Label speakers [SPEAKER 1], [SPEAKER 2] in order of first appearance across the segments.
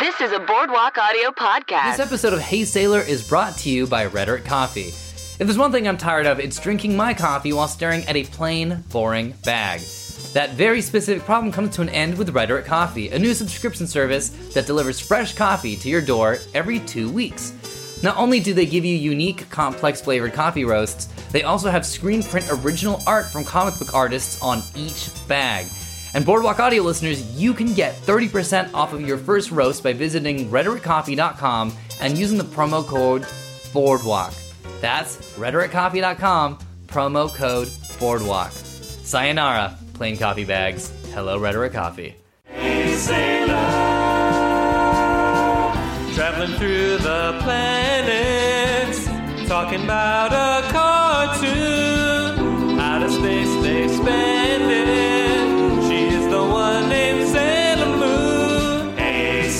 [SPEAKER 1] This is a Boardwalk Audio podcast.
[SPEAKER 2] This episode of Hey Sailor is brought to you by Rhetoric Coffee. If there's one thing I'm tired of, it's drinking my coffee while staring at a plain, boring bag. That very specific problem comes to an end with Rhetoric Coffee, a new subscription service that delivers fresh coffee to your door every two weeks. Not only do they give you unique, complex flavored coffee roasts, they also have screen print original art from comic book artists on each bag. And Boardwalk Audio listeners, you can get 30% off of your first roast by visiting rhetoriccoffee.com and using the promo code BOARDWALK. That's rhetoriccoffee.com, promo code BOARDWALK. Sayonara, plain coffee bags. Hello, Rhetoric Coffee.
[SPEAKER 3] Traveling through the planets, talking about a cartoon. Out of space they expand it. She is the one named Sailor Moon. Hey,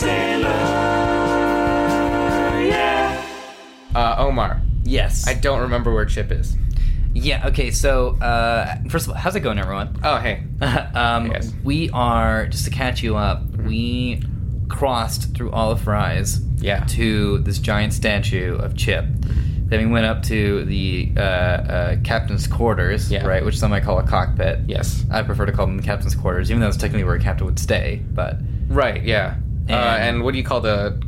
[SPEAKER 3] Sailor, yeah.
[SPEAKER 4] Uh, Omar,
[SPEAKER 2] Yes.
[SPEAKER 4] I don't remember where Chip is.
[SPEAKER 2] yeah, okay, so uh, first of all, how's it going, everyone?
[SPEAKER 4] Oh, hey.
[SPEAKER 2] um,
[SPEAKER 4] Yes.
[SPEAKER 2] We are just to catch you up. We crossed through all of Fry's,
[SPEAKER 4] Yeah.
[SPEAKER 2] to this giant statue of Chip. Then we went up to the uh, uh, captain's quarters,
[SPEAKER 4] Yeah.
[SPEAKER 2] right, which some might call a cockpit.
[SPEAKER 4] Yes.
[SPEAKER 2] I prefer to call them the captain's quarters, even though it's technically where a captain would stay. But
[SPEAKER 4] Right, yeah. And, uh,
[SPEAKER 2] And-
[SPEAKER 4] and what do you call the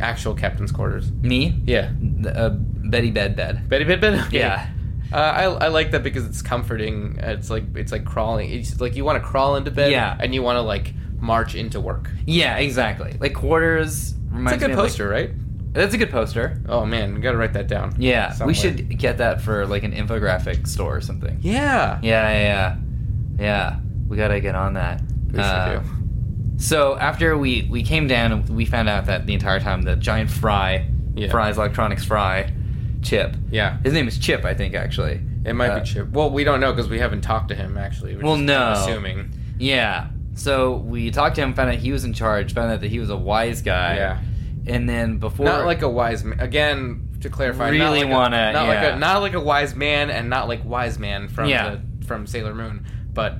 [SPEAKER 4] actual captain's quarters?
[SPEAKER 2] me,
[SPEAKER 4] Yeah.
[SPEAKER 2] the, uh, Betty Bed Bed.
[SPEAKER 4] Betty Bit Bit? Okay.
[SPEAKER 2] Yeah.
[SPEAKER 4] Uh, I, I like that because it's comforting. It's like it's like crawling. It's like you want to crawl into bed,
[SPEAKER 2] Yeah.
[SPEAKER 4] and you want to like march into work.
[SPEAKER 2] Yeah, exactly. Like quarters
[SPEAKER 4] It's a
[SPEAKER 2] reminds me
[SPEAKER 4] good
[SPEAKER 2] of, like-
[SPEAKER 4] poster, right?
[SPEAKER 2] that's a good poster.
[SPEAKER 4] Oh man, you gotta write that down.
[SPEAKER 2] Yeah, we
[SPEAKER 4] somewhere.
[SPEAKER 2] should get that for like an infographic store or something.
[SPEAKER 4] Yeah,
[SPEAKER 2] Yeah, yeah, yeah. Yeah, we gotta get on that.
[SPEAKER 4] we
[SPEAKER 2] Uh,
[SPEAKER 4] should do.
[SPEAKER 2] So after we we came down, and we found out that the entire time the giant fry,
[SPEAKER 4] Yeah.
[SPEAKER 2] fry's electronics fry, Chip.
[SPEAKER 4] Yeah,
[SPEAKER 2] His name is Chip, I think, actually.
[SPEAKER 4] it might
[SPEAKER 2] uh,
[SPEAKER 4] be Chip. Well, we don't know because we haven't talked to him actually. We're
[SPEAKER 2] Well,
[SPEAKER 4] just
[SPEAKER 2] no.
[SPEAKER 4] assuming.
[SPEAKER 2] Yeah. So we talked to him, found out he was in charge, found out that he was a wise guy.
[SPEAKER 4] Yeah.
[SPEAKER 2] And then before,
[SPEAKER 4] not like a wise man. Again, to clarify, not
[SPEAKER 2] Really
[SPEAKER 4] like a-
[SPEAKER 2] wanna-
[SPEAKER 4] not like
[SPEAKER 2] yeah.
[SPEAKER 4] a not like a wise man, and not like wise man from
[SPEAKER 2] Yeah.
[SPEAKER 4] the, from Sailor Moon, but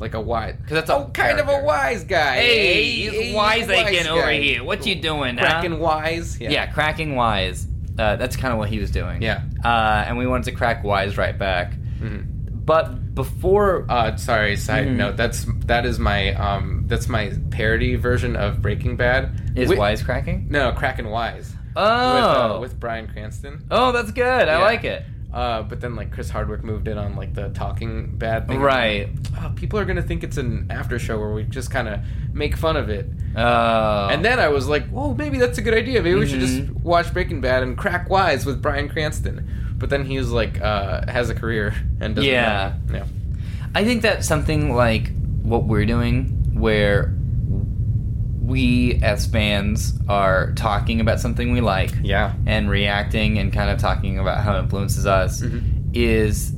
[SPEAKER 4] like a wise because that's
[SPEAKER 2] a
[SPEAKER 4] oh, kind of
[SPEAKER 2] character.
[SPEAKER 4] a wise guy.
[SPEAKER 2] hey,
[SPEAKER 4] he's
[SPEAKER 2] he's wise again over
[SPEAKER 4] guy.
[SPEAKER 2] here. What you doing? huh?
[SPEAKER 4] Cracking wise. Yeah.
[SPEAKER 2] yeah, cracking wise. Uh, that's kind of what he was doing.
[SPEAKER 4] Yeah.
[SPEAKER 2] Uh, and we wanted to crack wise right back.
[SPEAKER 4] Mhm.
[SPEAKER 2] But before,
[SPEAKER 4] Uh, sorry. Side
[SPEAKER 2] Mhm.
[SPEAKER 4] note. That's that is my um that's my parody version of Breaking Bad.
[SPEAKER 2] is
[SPEAKER 4] Wi-
[SPEAKER 2] wise cracking?
[SPEAKER 4] No, cracking wise. With,
[SPEAKER 2] Oh,
[SPEAKER 4] uh, with Brian Cranston.
[SPEAKER 2] oh, that's good. I
[SPEAKER 4] Yeah.
[SPEAKER 2] like it.
[SPEAKER 4] Uh, but then like Chris Hardwick moved in on like the talking bad thing.
[SPEAKER 2] Right.
[SPEAKER 4] oh, people are gonna think it's an after show where we just kind of make fun of it.
[SPEAKER 2] Uh,
[SPEAKER 4] And then I was like, "Whoa, maybe that's a good idea. Maybe we should just
[SPEAKER 2] Mhm.
[SPEAKER 4] watch Breaking Bad and crack wise with Brian Cranston." But then he's like, uh, has a career and doesn't
[SPEAKER 2] Yeah.
[SPEAKER 4] know.
[SPEAKER 2] I think that's something like what we're doing, where we as fans are talking about something we like
[SPEAKER 4] yeah,
[SPEAKER 2] and reacting and kind of talking about how it influences us
[SPEAKER 4] Mhm.
[SPEAKER 2] is,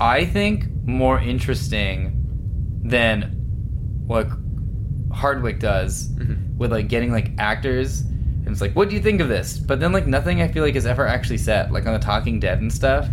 [SPEAKER 2] I think, more interesting than what Hardwick does
[SPEAKER 4] Mhm.
[SPEAKER 2] with like getting like actors. And it's like, what do you think of this? But then like nothing I feel like is ever actually set, like on the Talking Dead and stuff.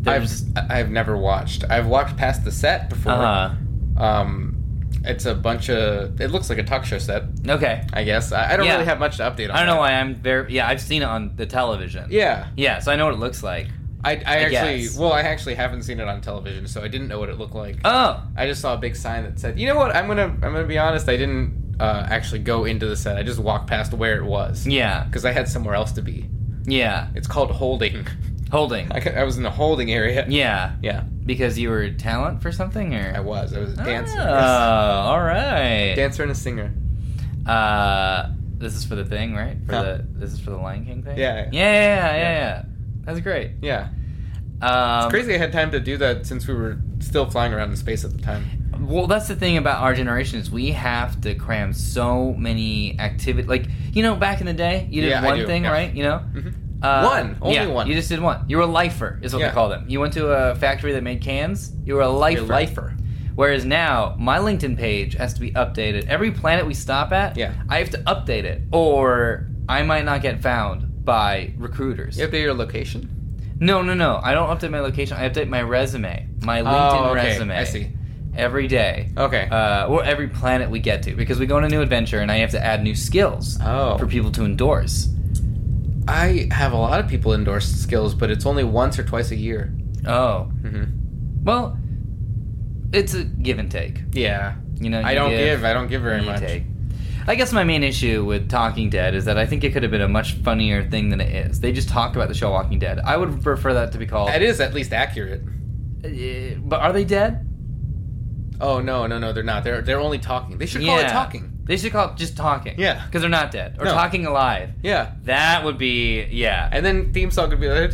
[SPEAKER 4] I've
[SPEAKER 2] There's
[SPEAKER 4] I've never watched. I've walked past the set before.
[SPEAKER 2] uh
[SPEAKER 4] Um, it's a bunch of. It looks like a talk show set.
[SPEAKER 2] okay.
[SPEAKER 4] I guess I, I don't
[SPEAKER 2] Yeah.
[SPEAKER 4] really have much to update on.
[SPEAKER 2] I don't know
[SPEAKER 4] that.
[SPEAKER 2] why I'm very yeah. I've seen it on the television.
[SPEAKER 4] Yeah,
[SPEAKER 2] yeah. So I know what it looks like.
[SPEAKER 4] I, I actually
[SPEAKER 2] guess.
[SPEAKER 4] well I actually haven't seen it on television, so I didn't know what it looked like.
[SPEAKER 2] Oh,
[SPEAKER 4] I just saw a big sign that said, "You know what? I'm gonna I'm gonna be honest. I didn't uh, actually go into the set. I just walked past where it was
[SPEAKER 2] yeah,
[SPEAKER 4] because I had somewhere else to be.
[SPEAKER 2] yeah.
[SPEAKER 4] It's called holding.
[SPEAKER 2] Holding.
[SPEAKER 4] I, ca- I was in the holding area.
[SPEAKER 2] Yeah,
[SPEAKER 4] Yeah,
[SPEAKER 2] because you were talent for something, or
[SPEAKER 4] I was. I was a dancer,
[SPEAKER 2] Oh,
[SPEAKER 4] yes.
[SPEAKER 2] all right.
[SPEAKER 4] dancer and a singer.
[SPEAKER 2] Uh, this is for the thing, right? For
[SPEAKER 4] Huh?
[SPEAKER 2] the this is for the Lion King thing.
[SPEAKER 4] Yeah.
[SPEAKER 2] yeah, yeah, yeah. yeah, yeah. That's great.
[SPEAKER 4] Yeah,
[SPEAKER 2] Um,
[SPEAKER 4] it's crazy. I had time to do that since we were still flying around in space at the time.
[SPEAKER 2] Well, that's the thing about our generation is we have to cram so many activities. Like you know, back in the day, you did
[SPEAKER 4] Yeah, I
[SPEAKER 2] one
[SPEAKER 4] do,
[SPEAKER 2] thing,
[SPEAKER 4] yeah.
[SPEAKER 2] right? You know,
[SPEAKER 4] Mhm.
[SPEAKER 2] Uh,
[SPEAKER 4] One, only
[SPEAKER 2] yeah,
[SPEAKER 4] one.
[SPEAKER 2] You just did one. You were a lifer, is what
[SPEAKER 4] Yeah.
[SPEAKER 2] they call them. You went to a factory that made cans. You were a lifer.
[SPEAKER 4] You're a lifer.
[SPEAKER 2] Whereas now, my LinkedIn page has to be updated. Every planet we stop at,
[SPEAKER 4] Yeah.
[SPEAKER 2] I have to update it, or I might not get found by recruiters.
[SPEAKER 4] You update your location.
[SPEAKER 2] No, no, no. I don't update my location. I update my resume, my LinkedIn
[SPEAKER 4] Oh, okay.
[SPEAKER 2] resume.
[SPEAKER 4] I see.
[SPEAKER 2] every day.
[SPEAKER 4] Okay.
[SPEAKER 2] Uh, or every planet we get to, because we go on a new adventure and I have to add new skills
[SPEAKER 4] Oh.
[SPEAKER 2] Uh, for people to endorse.
[SPEAKER 4] I have a lot of people endorse skills, but it's only once or twice a year.
[SPEAKER 2] Oh,
[SPEAKER 4] Mm-hmm.
[SPEAKER 2] well, it's a give and take.
[SPEAKER 4] Yeah.
[SPEAKER 2] You know,
[SPEAKER 4] I
[SPEAKER 2] you
[SPEAKER 4] don't
[SPEAKER 2] give,
[SPEAKER 4] give. I don't give very
[SPEAKER 2] you
[SPEAKER 4] much.
[SPEAKER 2] take. I guess my main issue with Talking Dead is that I think it could have been a much funnier thing than it is. They just talk about the show Walking Dead. I would prefer that to be called.
[SPEAKER 4] That is at least accurate.
[SPEAKER 2] Uh, but are they dead?
[SPEAKER 4] Oh no, no, no, they're not. They're they're only talking. They should call it talking.
[SPEAKER 2] They should call it just talking.
[SPEAKER 4] Yeah.
[SPEAKER 2] because they're not dead or
[SPEAKER 4] No.
[SPEAKER 2] talking alive.
[SPEAKER 4] Yeah.
[SPEAKER 2] That would be yeah.
[SPEAKER 4] And then theme song could be like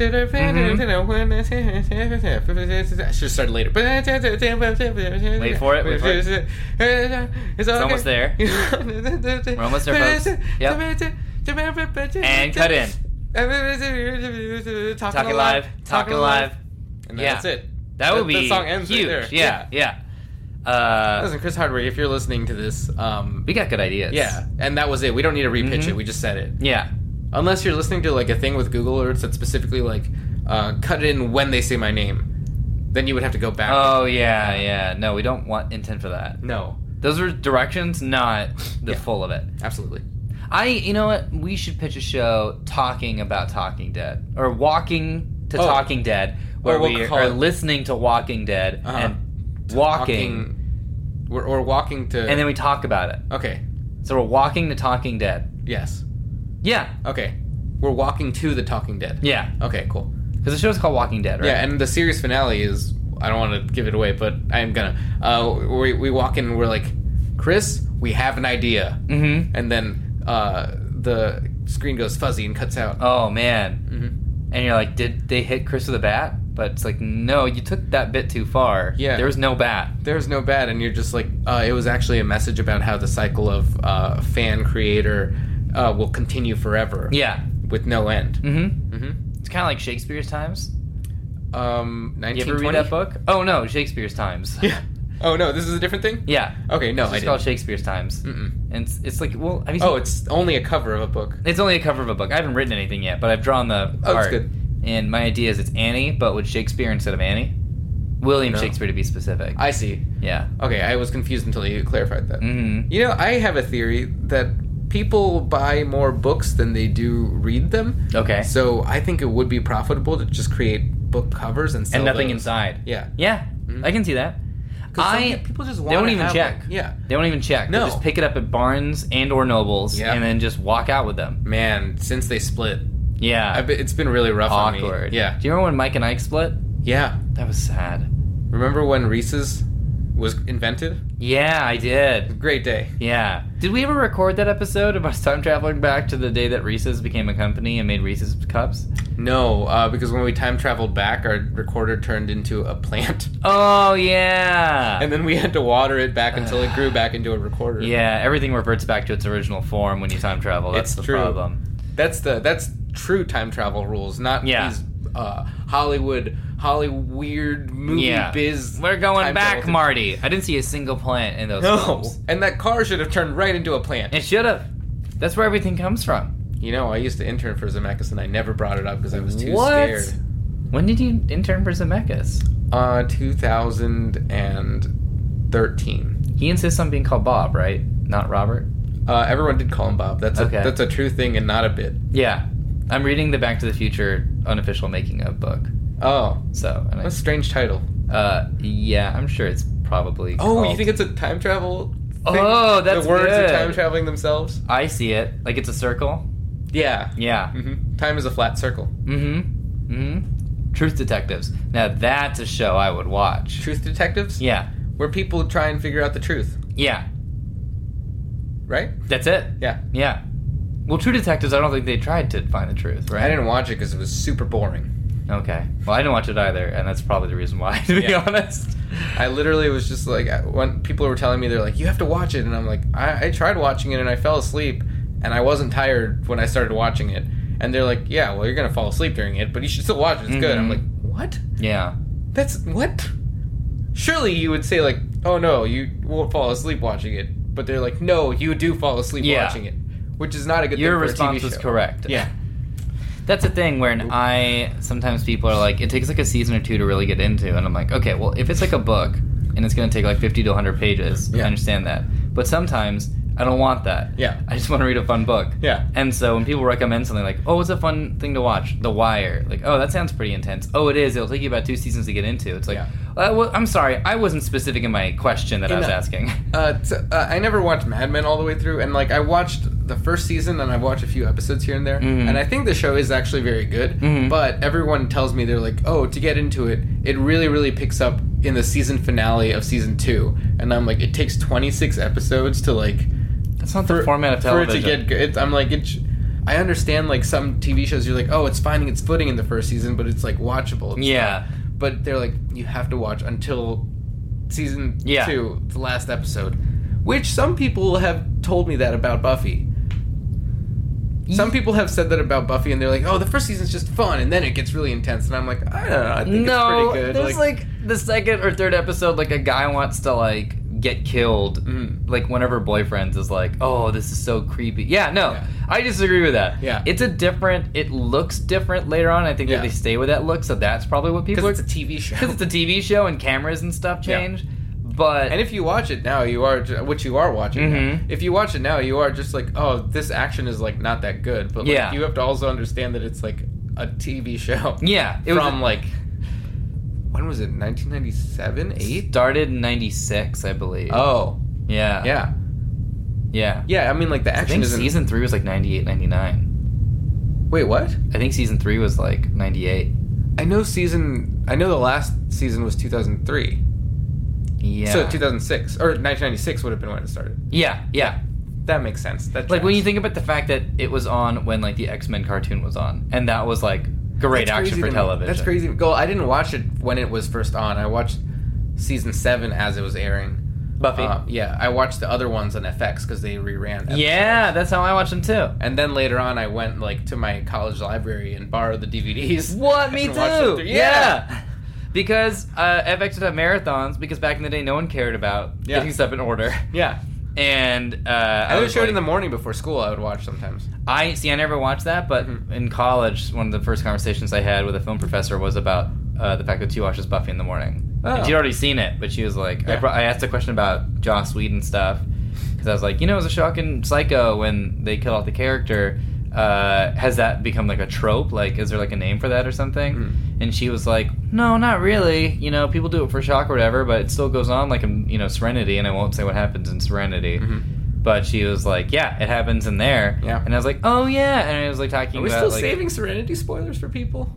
[SPEAKER 4] should start later. Wait
[SPEAKER 2] for it, Mm-hmm. wait for it.
[SPEAKER 4] It's,
[SPEAKER 2] almost there.
[SPEAKER 4] We're
[SPEAKER 2] almost there, folks. Yep. And cut in.
[SPEAKER 4] Talking,
[SPEAKER 2] Talking alive. Talking alive.
[SPEAKER 4] And
[SPEAKER 2] Yeah.
[SPEAKER 4] that's it.
[SPEAKER 2] That
[SPEAKER 4] The-
[SPEAKER 2] would be
[SPEAKER 4] the song ends right
[SPEAKER 2] huge.
[SPEAKER 4] there.
[SPEAKER 2] Yeah, yeah. Uh,
[SPEAKER 4] Listen, Chris Hardwick, if you're listening to this, um,
[SPEAKER 2] we got good ideas.
[SPEAKER 4] yeah, and that was it. We don't need to repitch
[SPEAKER 2] Mhm.
[SPEAKER 4] it. We just said it.
[SPEAKER 2] yeah.
[SPEAKER 4] Unless you're listening to like a thing with Google Alerts that specifically like uh, cut in when they say my name, then you would have to go back.
[SPEAKER 2] Oh yeah, yeah. No, we don't want intent for that.
[SPEAKER 4] no,
[SPEAKER 2] Those are directions, not the
[SPEAKER 4] Yeah.
[SPEAKER 2] full of it.
[SPEAKER 4] absolutely.
[SPEAKER 2] I, you know what? We should pitch a show talking about Talking Dead or walking to
[SPEAKER 4] Oh.
[SPEAKER 2] Talking Dead, where
[SPEAKER 4] Or we'll
[SPEAKER 2] we
[SPEAKER 4] call
[SPEAKER 2] are
[SPEAKER 4] it-
[SPEAKER 2] listening to Walking Dead
[SPEAKER 4] Uh-huh.
[SPEAKER 2] and walking,
[SPEAKER 4] we're, or walking to.
[SPEAKER 2] and then we talk about it.
[SPEAKER 4] okay,
[SPEAKER 2] So we're walking to Talking Dead.
[SPEAKER 4] yes,
[SPEAKER 2] Yeah,
[SPEAKER 4] okay, we're walking to the Talking Dead.
[SPEAKER 2] yeah.
[SPEAKER 4] Okay, cool.
[SPEAKER 2] Because the show's called Walking Dead, right?
[SPEAKER 4] Yeah, and the series finale is I don't want to give it away, but I am gonna. Uh, we we walk in, we're like, Chris, we have an idea,
[SPEAKER 2] Mm-hmm.
[SPEAKER 4] and then uh, the screen goes fuzzy and cuts out.
[SPEAKER 2] Oh man.
[SPEAKER 4] Mhm.
[SPEAKER 2] And you're like, did they hit Chris with a bat? But it's like, no, you took that bit too far.
[SPEAKER 4] Yeah.
[SPEAKER 2] There was no bat.
[SPEAKER 4] there's no bad and you're just like uh, it was actually a message about how the cycle of uh, fan creator uh, will continue forever
[SPEAKER 2] Yeah.
[SPEAKER 4] with no end
[SPEAKER 2] Mm-hmm.
[SPEAKER 4] mm-hmm.
[SPEAKER 2] It's kind of like Shakespeare's Times.
[SPEAKER 4] um
[SPEAKER 2] You
[SPEAKER 4] 1920
[SPEAKER 2] ever read that book? Oh no, Shakespeare's Times.
[SPEAKER 4] yeah oh no this is a different thing
[SPEAKER 2] yeah.
[SPEAKER 4] okay no
[SPEAKER 2] it's
[SPEAKER 4] I
[SPEAKER 2] just called
[SPEAKER 4] didn't.
[SPEAKER 2] Shakespeare's Times.
[SPEAKER 4] Mm-mm.
[SPEAKER 2] And it's, it's like, well, have you seen-
[SPEAKER 4] oh it's only a cover of a book
[SPEAKER 2] It's only a cover of a book. I haven't written anything yet, but I've drawn the
[SPEAKER 4] Oh, that's
[SPEAKER 2] art.
[SPEAKER 4] good.
[SPEAKER 2] And my idea is it's Annie, but with Shakespeare instead of Annie. William
[SPEAKER 4] No.
[SPEAKER 2] Shakespeare to be specific.
[SPEAKER 4] I see
[SPEAKER 2] yeah.
[SPEAKER 4] okay I was confused until you clarified that
[SPEAKER 2] Mm-hmm.
[SPEAKER 4] you know I have a theory that people buy more books than they do read them
[SPEAKER 2] Okay.
[SPEAKER 4] so I think it would be profitable to just create book covers and sell
[SPEAKER 2] and nothing
[SPEAKER 4] those.
[SPEAKER 2] inside.
[SPEAKER 4] yeah
[SPEAKER 2] Yeah,
[SPEAKER 4] Mhm.
[SPEAKER 2] I can see that.
[SPEAKER 4] 'Cause some
[SPEAKER 2] I
[SPEAKER 4] pe- people just
[SPEAKER 2] they
[SPEAKER 4] wanna
[SPEAKER 2] don't even
[SPEAKER 4] have,
[SPEAKER 2] check.
[SPEAKER 4] like- yeah.
[SPEAKER 2] They don't even check. They'll
[SPEAKER 4] No.
[SPEAKER 2] just pick it up at Barnes and or Nobles
[SPEAKER 4] Yeah.
[SPEAKER 2] and then just walk out with them.
[SPEAKER 4] Man, since they split,
[SPEAKER 2] Yeah,
[SPEAKER 4] I've been, it's been really rough on
[SPEAKER 2] awkward.
[SPEAKER 4] me. Yeah,
[SPEAKER 2] Do you remember when Mike and Ike split?
[SPEAKER 4] yeah.
[SPEAKER 2] That was sad.
[SPEAKER 4] Remember when Reese's was invented?
[SPEAKER 2] Yeah, I did.
[SPEAKER 4] Great day.
[SPEAKER 2] Yeah. Did we ever record that episode about time traveling back to the day that Reese's became a company and made Reese's cups?
[SPEAKER 4] No, uh, because when we time traveled back, our recorder turned into a plant,
[SPEAKER 2] Oh yeah.
[SPEAKER 4] and then we had to water it back until it grew back into a recorder.
[SPEAKER 2] yeah, everything reverts back to its original form when you time travel. That's
[SPEAKER 4] It's
[SPEAKER 2] the
[SPEAKER 4] true.
[SPEAKER 2] problem.
[SPEAKER 4] that's the that's true time travel rules, not
[SPEAKER 2] Yeah.
[SPEAKER 4] these uh, Hollywood Holly weird movie
[SPEAKER 2] yeah.
[SPEAKER 4] biz.
[SPEAKER 2] We're going
[SPEAKER 4] time
[SPEAKER 2] back,
[SPEAKER 4] travel-
[SPEAKER 2] Marty. I didn't see a single plant in those
[SPEAKER 4] No,
[SPEAKER 2] films.
[SPEAKER 4] and that car should have turned right into a plant.
[SPEAKER 2] It should have. That's where everything comes from.
[SPEAKER 4] You know, I used to intern for Zemeckis, and I never brought it up because I was too
[SPEAKER 2] What?
[SPEAKER 4] scared.
[SPEAKER 2] When did you intern for Zemeckis?
[SPEAKER 4] Uh, 2013.
[SPEAKER 2] He insists on being called Bob, right? Not Robert.
[SPEAKER 4] Uh, everyone did call him Bob. That's
[SPEAKER 2] Okay.
[SPEAKER 4] a, that's a true thing and not a bit.
[SPEAKER 2] Yeah, I'm reading the Back to the Future unofficial making of book.
[SPEAKER 4] Oh,
[SPEAKER 2] So, and
[SPEAKER 4] what a strange title.
[SPEAKER 2] I, uh, yeah, I'm sure it's probably.
[SPEAKER 4] Oh, you
[SPEAKER 2] called-
[SPEAKER 4] think it's a time travel? Thing?
[SPEAKER 2] Oh, that's
[SPEAKER 4] the words
[SPEAKER 2] good.
[SPEAKER 4] are time traveling themselves.
[SPEAKER 2] I see it like it's a circle.
[SPEAKER 4] Yeah.
[SPEAKER 2] Yeah.
[SPEAKER 4] hmm Time is a flat circle.
[SPEAKER 2] Mm-hmm. Mm-hmm. Truth Detectives. Now that's a show I would watch.
[SPEAKER 4] Truth detectives,
[SPEAKER 2] Yeah.
[SPEAKER 4] where people try and figure out the truth.
[SPEAKER 2] Yeah.
[SPEAKER 4] Right?
[SPEAKER 2] That's it.
[SPEAKER 4] Yeah.
[SPEAKER 2] Yeah. Well, True Detectives, I don't think they tried to find the truth, right?
[SPEAKER 4] I didn't watch it because it was super boring.
[SPEAKER 2] Okay. Well, I didn't watch it either, and that's probably the reason why, to be
[SPEAKER 4] Yeah.
[SPEAKER 2] honest.
[SPEAKER 4] I literally was just like, I- when people were telling me, they're like, you have to watch it. And I'm like, I, I tried watching it and I fell asleep and I wasn't tired when I started watching it. And they're like, yeah, well, you're going to fall asleep during it, but you should still watch it. It's good. I'm
[SPEAKER 2] Mhm.
[SPEAKER 4] like, what?
[SPEAKER 2] Yeah.
[SPEAKER 4] That's what? Surely you would say, like, oh no, you won't fall asleep watching it. But they're like, no, you do fall asleep
[SPEAKER 2] Yeah.
[SPEAKER 4] watching it, which is not a good
[SPEAKER 2] Your
[SPEAKER 4] thing. for a
[SPEAKER 2] response
[SPEAKER 4] TV
[SPEAKER 2] was
[SPEAKER 4] show.
[SPEAKER 2] correct.
[SPEAKER 4] Yeah.
[SPEAKER 2] That's the thing where an I sometimes people are like, it takes like a season or two to really get into, and I'm like, okay, well, if it's like a book, and it's going to take like 50 to 100 pages.
[SPEAKER 4] Yeah.
[SPEAKER 2] I understand that. But sometimes I don't want that.
[SPEAKER 4] Yeah.
[SPEAKER 2] I just want to read a fun book.
[SPEAKER 4] Yeah.
[SPEAKER 2] And so when people recommend something like, oh, it's a fun thing to watch? The Wire. Like, oh, that sounds pretty intense. Oh, it is. It'll take you about two seasons to get into. It's like,
[SPEAKER 4] Yeah.
[SPEAKER 2] uh, well, I'm sorry. I wasn't specific in my question that I was
[SPEAKER 4] Enough.
[SPEAKER 2] asking.
[SPEAKER 4] Uh, t- uh, I never watched Mad Men all the way through, and like I watched the first season, and I've watched a few episodes here and there,
[SPEAKER 2] Mhm.
[SPEAKER 4] and I think the show is actually very good.
[SPEAKER 2] Mhm.
[SPEAKER 4] But everyone tells me they're like, oh, to get into it, it really, really picks up in the season finale of season two, and I'm like, it takes 26 episodes to like
[SPEAKER 2] That's not the format of
[SPEAKER 4] for it
[SPEAKER 2] television.
[SPEAKER 4] to get good. It's, I'm like, it, sh- I understand like some TV shows, you're like, oh, it's finding its footing in the first season, but it's like watchable. It's
[SPEAKER 2] Yeah.
[SPEAKER 4] but they're like you have to watch until season
[SPEAKER 2] Yeah.
[SPEAKER 4] two, the last episode, which some people have told me that about Buffy. Some people have said that about Buffy, and they're like, "Oh, the first season's just fun, and then it gets really intense." And I'm like, "I don't know. I think
[SPEAKER 2] no,
[SPEAKER 4] it's pretty good."
[SPEAKER 2] there's like, the second or third episode, like a guy wants to like get killed,
[SPEAKER 4] Mhm.
[SPEAKER 2] like one of her boyfriends is like, "Oh, this is so creepy." Yeah, no,
[SPEAKER 4] Yeah.
[SPEAKER 2] I disagree with that.
[SPEAKER 4] Yeah.
[SPEAKER 2] it's a different. It looks different later on. I think
[SPEAKER 4] Yeah.
[SPEAKER 2] that they stay with that look, so that's probably what people.
[SPEAKER 4] because it's a TV show,
[SPEAKER 2] because it's a TV show and cameras and stuff
[SPEAKER 4] Yeah.
[SPEAKER 2] change, but
[SPEAKER 4] and if you watch it now, you are ju- which you are watching. now.
[SPEAKER 2] Mhm.
[SPEAKER 4] If you watch it now, you are just like, "Oh, this action is like not that good," but like,
[SPEAKER 2] Yeah.
[SPEAKER 4] you have to also understand that it's like a TV show.
[SPEAKER 2] yeah, it
[SPEAKER 4] from
[SPEAKER 2] was
[SPEAKER 4] like when was it 1997 8
[SPEAKER 2] started in '96, I believe.
[SPEAKER 4] oh
[SPEAKER 2] yeah,
[SPEAKER 4] yeah
[SPEAKER 2] yeah.
[SPEAKER 4] yeah i mean like the
[SPEAKER 2] I
[SPEAKER 4] action
[SPEAKER 2] think
[SPEAKER 4] isn't
[SPEAKER 2] season three was like '98, '99.
[SPEAKER 4] wait what
[SPEAKER 2] I think season three was like '98.
[SPEAKER 4] i know season i know the last season was 2003
[SPEAKER 2] Yeah.
[SPEAKER 4] so 2006 or 1996 would have been when it started
[SPEAKER 2] Yeah, yeah.
[SPEAKER 4] that makes sense that
[SPEAKER 2] Like when
[SPEAKER 4] tracks.
[SPEAKER 2] you think about the fact that it was on when like the X Men cartoon was on, and that was like great
[SPEAKER 4] That's
[SPEAKER 2] action
[SPEAKER 4] crazy
[SPEAKER 2] for
[SPEAKER 4] to me.
[SPEAKER 2] television.
[SPEAKER 4] that's crazy well i didn't watch it when it was first on i watched season 7 as it was airing
[SPEAKER 2] Buffy.
[SPEAKER 4] Uh, yeah i watched the other ones on fx because they reran episodes.
[SPEAKER 2] yeah, that's how I watched them too.
[SPEAKER 4] And then later on, I went like to my college library and borrowed the DVDs.
[SPEAKER 2] What me
[SPEAKER 4] and watched them
[SPEAKER 2] too?
[SPEAKER 4] through-
[SPEAKER 2] Yeah. Because uh, FX did have marathons because back in the day no one cared about
[SPEAKER 4] Yeah.
[SPEAKER 2] getting stuff in order,
[SPEAKER 4] yeah.
[SPEAKER 2] and uh, I,
[SPEAKER 4] I would
[SPEAKER 2] was
[SPEAKER 4] show it
[SPEAKER 2] like-
[SPEAKER 4] in the morning before school. I would watch sometimes.
[SPEAKER 2] I see. I never watched that, but
[SPEAKER 4] Mhm.
[SPEAKER 2] in college, one of the first conversations I had with a film professor was about uh, the fact that she watches Buffy in the morning.
[SPEAKER 4] Oh.
[SPEAKER 2] And she'd already seen it, but she was like, I,
[SPEAKER 4] Yeah.
[SPEAKER 2] brought, I asked a question about Joss Whedon stuff because I was like, you know, it was a shocking Psycho when they killed off the character. Uh, has that become like a trope? Like, is there like a name for that or something?
[SPEAKER 4] Mm.
[SPEAKER 2] And she was like, no, not really. You know, people do it for shock or whatever, but it still goes on like in you know Serenity, and I won't say what happens in Serenity
[SPEAKER 4] Mm-hmm.
[SPEAKER 2] but she was like, "Yeah, it happens in there."
[SPEAKER 4] Yeah.
[SPEAKER 2] and I was like, "Oh yeah," and I was like talking
[SPEAKER 4] Are we
[SPEAKER 2] about
[SPEAKER 4] still
[SPEAKER 2] like,
[SPEAKER 4] saving Serenity spoilers for people?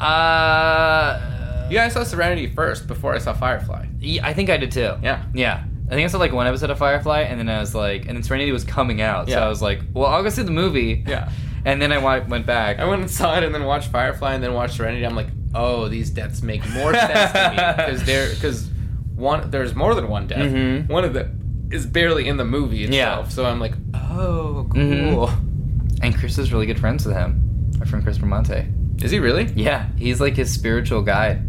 [SPEAKER 2] Uh,
[SPEAKER 4] Yeah, I saw Serenity first before I saw Firefly.
[SPEAKER 2] yeah, I think I did too.
[SPEAKER 4] Yeah.
[SPEAKER 2] yeah. I think I saw like one episode of Firefly, and then I was like, and then Serenity was coming out, so
[SPEAKER 4] Yeah.
[SPEAKER 2] I was like, "Well, I'll go see the movie."
[SPEAKER 4] Yeah.
[SPEAKER 2] and then I wa- went back.
[SPEAKER 4] I went and saw it, and then watched Firefly, and then watched Serenity. I'm like, oh, these deaths make more sense to me because they're because one there's more than one death.
[SPEAKER 2] Mhm.
[SPEAKER 4] One of them is barely in the movie
[SPEAKER 2] Yeah.
[SPEAKER 4] itself. So I'm like, oh, cool.
[SPEAKER 2] Mhm. and Chris is really good friends with him. Our friend Chris Bramante.
[SPEAKER 4] Is he really?
[SPEAKER 2] Yeah, he's like his spiritual guide.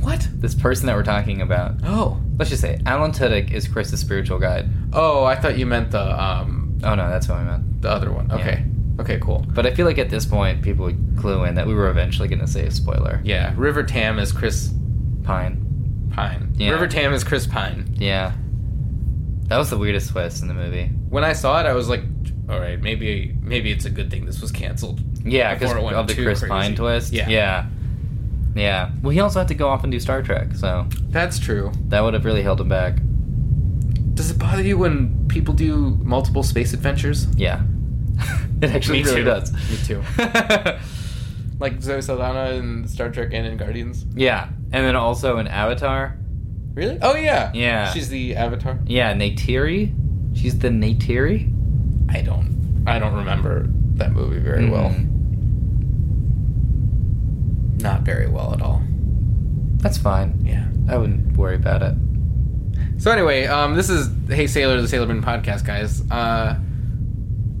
[SPEAKER 4] What?
[SPEAKER 2] This person that we're talking about.
[SPEAKER 4] Oh.
[SPEAKER 2] Let's just say Alan Tudyk is Chris's spiritual guide.
[SPEAKER 4] Oh, I thought you meant the um
[SPEAKER 2] Oh no, that's what I meant.
[SPEAKER 4] the other one. Okay. Okay, cool.
[SPEAKER 2] But I feel like at this point, people would clue in that we were eventually going to say a spoiler.
[SPEAKER 4] Yeah, River Tam is Chris
[SPEAKER 2] Pine.
[SPEAKER 4] Pine.
[SPEAKER 2] Yeah.
[SPEAKER 4] River Tam is Chris Pine.
[SPEAKER 2] Yeah. That was the weirdest twist in the movie.
[SPEAKER 4] When I saw it, I was like, all right, maybe maybe it's a good thing this was canceled.
[SPEAKER 2] Yeah, because
[SPEAKER 4] Before it went
[SPEAKER 2] of the
[SPEAKER 4] too
[SPEAKER 2] Chris
[SPEAKER 4] crazy.
[SPEAKER 2] Pine twist.
[SPEAKER 4] Yeah.
[SPEAKER 2] yeah. Yeah. Well, he also had to go off and do Star Trek, so
[SPEAKER 4] That's true.
[SPEAKER 2] that would have really held him back.
[SPEAKER 4] Does it bother you when people do multiple space adventures?
[SPEAKER 2] Yeah. it actually
[SPEAKER 4] Me
[SPEAKER 2] really
[SPEAKER 4] too.
[SPEAKER 2] does.
[SPEAKER 4] Me too. Like Zoe Saldana in Star Trek and in Guardians?
[SPEAKER 2] yeah. And then also in Avatar.
[SPEAKER 4] Really? Oh yeah.
[SPEAKER 2] Yeah.
[SPEAKER 4] She's the Avatar.
[SPEAKER 2] Yeah, Neytiri. She's the Neytiri.
[SPEAKER 4] I don't I don't remember that movie very well.
[SPEAKER 2] Mm. Mm-hmm.
[SPEAKER 4] Not very well at all.
[SPEAKER 2] That's fine.
[SPEAKER 4] Yeah.
[SPEAKER 2] I wouldn't worry about it.
[SPEAKER 4] So anyway, um, this is Hey Sailor, the Sailor Moon podcast, guys. Uh,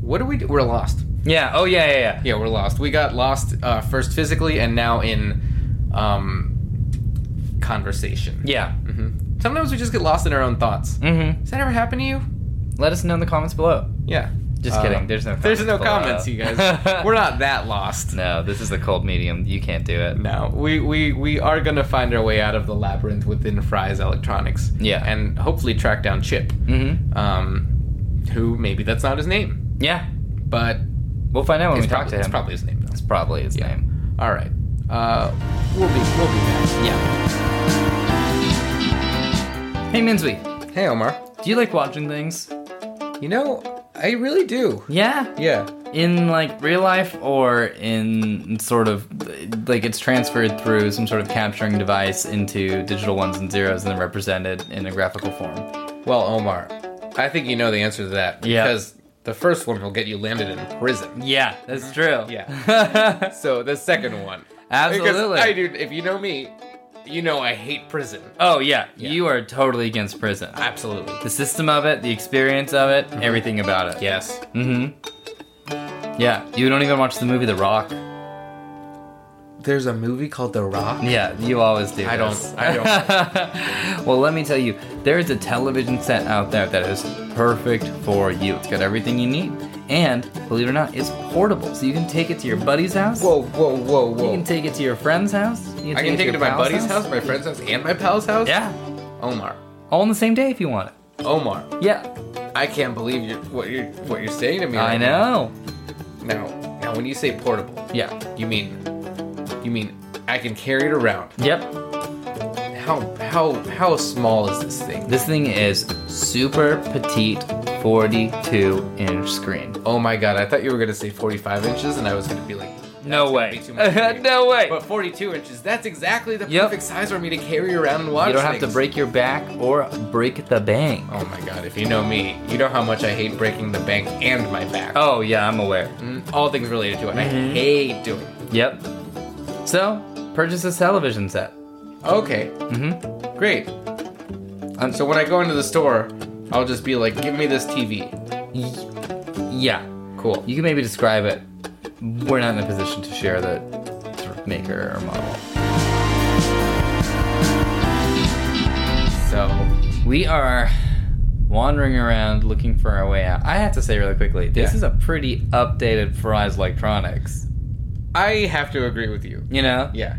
[SPEAKER 4] what do we do? We're lost.
[SPEAKER 2] Yeah. Oh, yeah, yeah, yeah.
[SPEAKER 4] Yeah, we're lost. We got lost uh, first physically, and now in um, conversation.
[SPEAKER 2] Yeah.
[SPEAKER 4] hmm Sometimes we just get lost in our own thoughts.
[SPEAKER 2] Mm hmm.
[SPEAKER 4] Does that ever happen to you?
[SPEAKER 2] Let us know in the comments below.
[SPEAKER 4] Yeah.
[SPEAKER 2] Just
[SPEAKER 4] Uh,
[SPEAKER 2] kidding. There's no.
[SPEAKER 4] There's no
[SPEAKER 2] below.
[SPEAKER 4] comments, you guys. We're not that lost.
[SPEAKER 2] No, this is the cold medium. You can't do it.
[SPEAKER 4] No, we, we, we are going to find our way out of the labyrinth within Fry's Electronics.
[SPEAKER 2] Yeah.
[SPEAKER 4] And hopefully track down Chip,
[SPEAKER 2] Mm-hmm.
[SPEAKER 4] um, who maybe that's not his name,
[SPEAKER 2] Yeah,
[SPEAKER 4] but
[SPEAKER 2] we'll find out when
[SPEAKER 4] it's,
[SPEAKER 2] we talk
[SPEAKER 4] probably,
[SPEAKER 2] to him.
[SPEAKER 4] it's probably his name.
[SPEAKER 2] It's probably his name.
[SPEAKER 4] Though. All right. Uh, we'll be we'll be back.
[SPEAKER 2] Yeah. Hey, Minsby,
[SPEAKER 4] Hey, Omar.
[SPEAKER 2] do you like watching things?
[SPEAKER 4] You know, I really do.
[SPEAKER 2] Yeah.
[SPEAKER 4] Yeah.
[SPEAKER 2] In like real life, or in sort of like it's transferred through some sort of capturing device into digital ones and zeros, and then represented in a graphical form.
[SPEAKER 4] Well, Omar, I think you know the answer to that.
[SPEAKER 2] Yeah.
[SPEAKER 4] Because the first one will get you landed in prison.
[SPEAKER 2] Yeah, that's true.
[SPEAKER 4] Yeah. So the second one.
[SPEAKER 2] Absolutely.
[SPEAKER 4] Because I do. If you know me, you know I hate prison.
[SPEAKER 2] Oh yeah,
[SPEAKER 4] Yeah.
[SPEAKER 2] you are totally against prison.
[SPEAKER 4] Absolutely.
[SPEAKER 2] The system of it, the experience of it, everything about it.
[SPEAKER 4] Yes.
[SPEAKER 2] Mm-hmm. Yeah. You don't even watch the movie The Rock.
[SPEAKER 4] There's a movie called The Rock.
[SPEAKER 2] Yeah, you always do.
[SPEAKER 4] I don't-
[SPEAKER 2] this.
[SPEAKER 4] I
[SPEAKER 2] well, let me tell you, there is a television set out there that is perfect for you. It's got everything you need, and believe it or not, it's portable. So you can take it to your buddy's house.
[SPEAKER 4] Whoa, whoa, whoa, whoa.
[SPEAKER 2] You can take it to your friend's house. You
[SPEAKER 4] I can take it to my
[SPEAKER 2] your pal's
[SPEAKER 4] buddy's house, my friend's house, and my pal's house?
[SPEAKER 2] Yeah,
[SPEAKER 4] Omar.
[SPEAKER 2] all on the same day if you want it.
[SPEAKER 4] Omar.
[SPEAKER 2] Yeah,
[SPEAKER 4] I can't believe you what you're what you're saying to me.
[SPEAKER 2] I
[SPEAKER 4] right
[SPEAKER 2] know.
[SPEAKER 4] Now now when you say portable,
[SPEAKER 2] Yeah.
[SPEAKER 4] you mean you mean I can carry it around.
[SPEAKER 2] Yep.
[SPEAKER 4] How how how small is this thing?
[SPEAKER 2] This thing is super petite 42 inch screen.
[SPEAKER 4] Oh my god, I thought you were gonna say 45 inches and I was gonna be like
[SPEAKER 2] No
[SPEAKER 4] way.
[SPEAKER 2] way. no way.
[SPEAKER 4] But 42 inches, that's exactly the
[SPEAKER 2] Yep.
[SPEAKER 4] perfect size for me to carry around and watch.
[SPEAKER 2] You don't have to
[SPEAKER 4] things.
[SPEAKER 2] break your back or break the bank.
[SPEAKER 4] Oh my god, if you know me, you know how much I hate breaking the bank and my back.
[SPEAKER 2] Oh, Mm-hmm. yeah, I'm aware.
[SPEAKER 4] Mm, All things related to it. I hate doing it.
[SPEAKER 2] Yep. So, purchase this television set.
[SPEAKER 4] Okay,
[SPEAKER 2] Mm-hmm.
[SPEAKER 4] great.
[SPEAKER 2] Um,
[SPEAKER 4] So when I go into the store, I'll just be like, give me this TV.
[SPEAKER 2] Y- yeah.
[SPEAKER 4] Cool.
[SPEAKER 2] You can maybe describe it. We're not in a position to share the sort of maker or model.
[SPEAKER 4] So,
[SPEAKER 2] We are wandering around looking for our way out. I have to say really quickly, this
[SPEAKER 4] Yeah.
[SPEAKER 2] is a pretty updated Fry's Electronics.
[SPEAKER 4] I have to agree with you.
[SPEAKER 2] You know?
[SPEAKER 4] Yeah.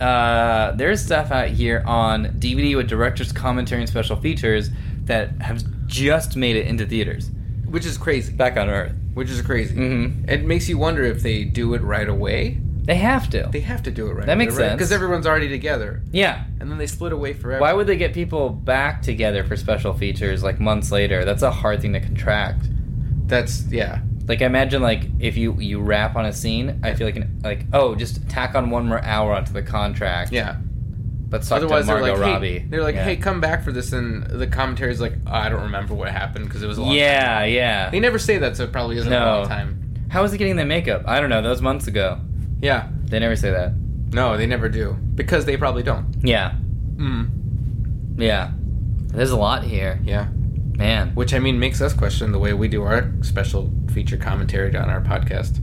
[SPEAKER 2] Uh, there's stuff out here on DVD with director's commentary and special features that have just made it into theaters.
[SPEAKER 4] Which is crazy.
[SPEAKER 2] Back on Earth.
[SPEAKER 4] Which is crazy.
[SPEAKER 2] Mhm.
[SPEAKER 4] It makes you wonder if they do it right away.
[SPEAKER 2] They have to.
[SPEAKER 4] They have to do it right
[SPEAKER 2] That makes sense.
[SPEAKER 4] Because everyone's already together.
[SPEAKER 2] yeah.
[SPEAKER 4] And then they split away forever.
[SPEAKER 2] Why would they get people back together for special features like months later? That's a hard thing to contract.
[SPEAKER 4] That's, yeah.
[SPEAKER 2] Like I imagine like if you you rap on a scene, I feel like an, like oh just tack on one more hour onto the contract.
[SPEAKER 4] Yeah.
[SPEAKER 2] Let's talk
[SPEAKER 4] Otherwise,
[SPEAKER 2] to
[SPEAKER 4] they're
[SPEAKER 2] Margot
[SPEAKER 4] like,
[SPEAKER 2] Robbie.
[SPEAKER 4] hey, they're like,
[SPEAKER 2] Yeah.
[SPEAKER 4] hey, come back for this, and the commentary's like, "Oh, I don't remember what happened because it was a long time.
[SPEAKER 2] yeah, yeah.
[SPEAKER 4] They never say that, so it probably isn't a
[SPEAKER 2] No.
[SPEAKER 4] long time.
[SPEAKER 2] How was it getting their makeup? I don't know. That was months ago.
[SPEAKER 4] Yeah.
[SPEAKER 2] They never say that.
[SPEAKER 4] No, they never do because they probably don't.
[SPEAKER 2] Yeah,
[SPEAKER 4] Mm.
[SPEAKER 2] yeah. There's a lot here,
[SPEAKER 4] Yeah.
[SPEAKER 2] man.
[SPEAKER 4] Which I mean makes us question the way we do our special feature commentary on our podcast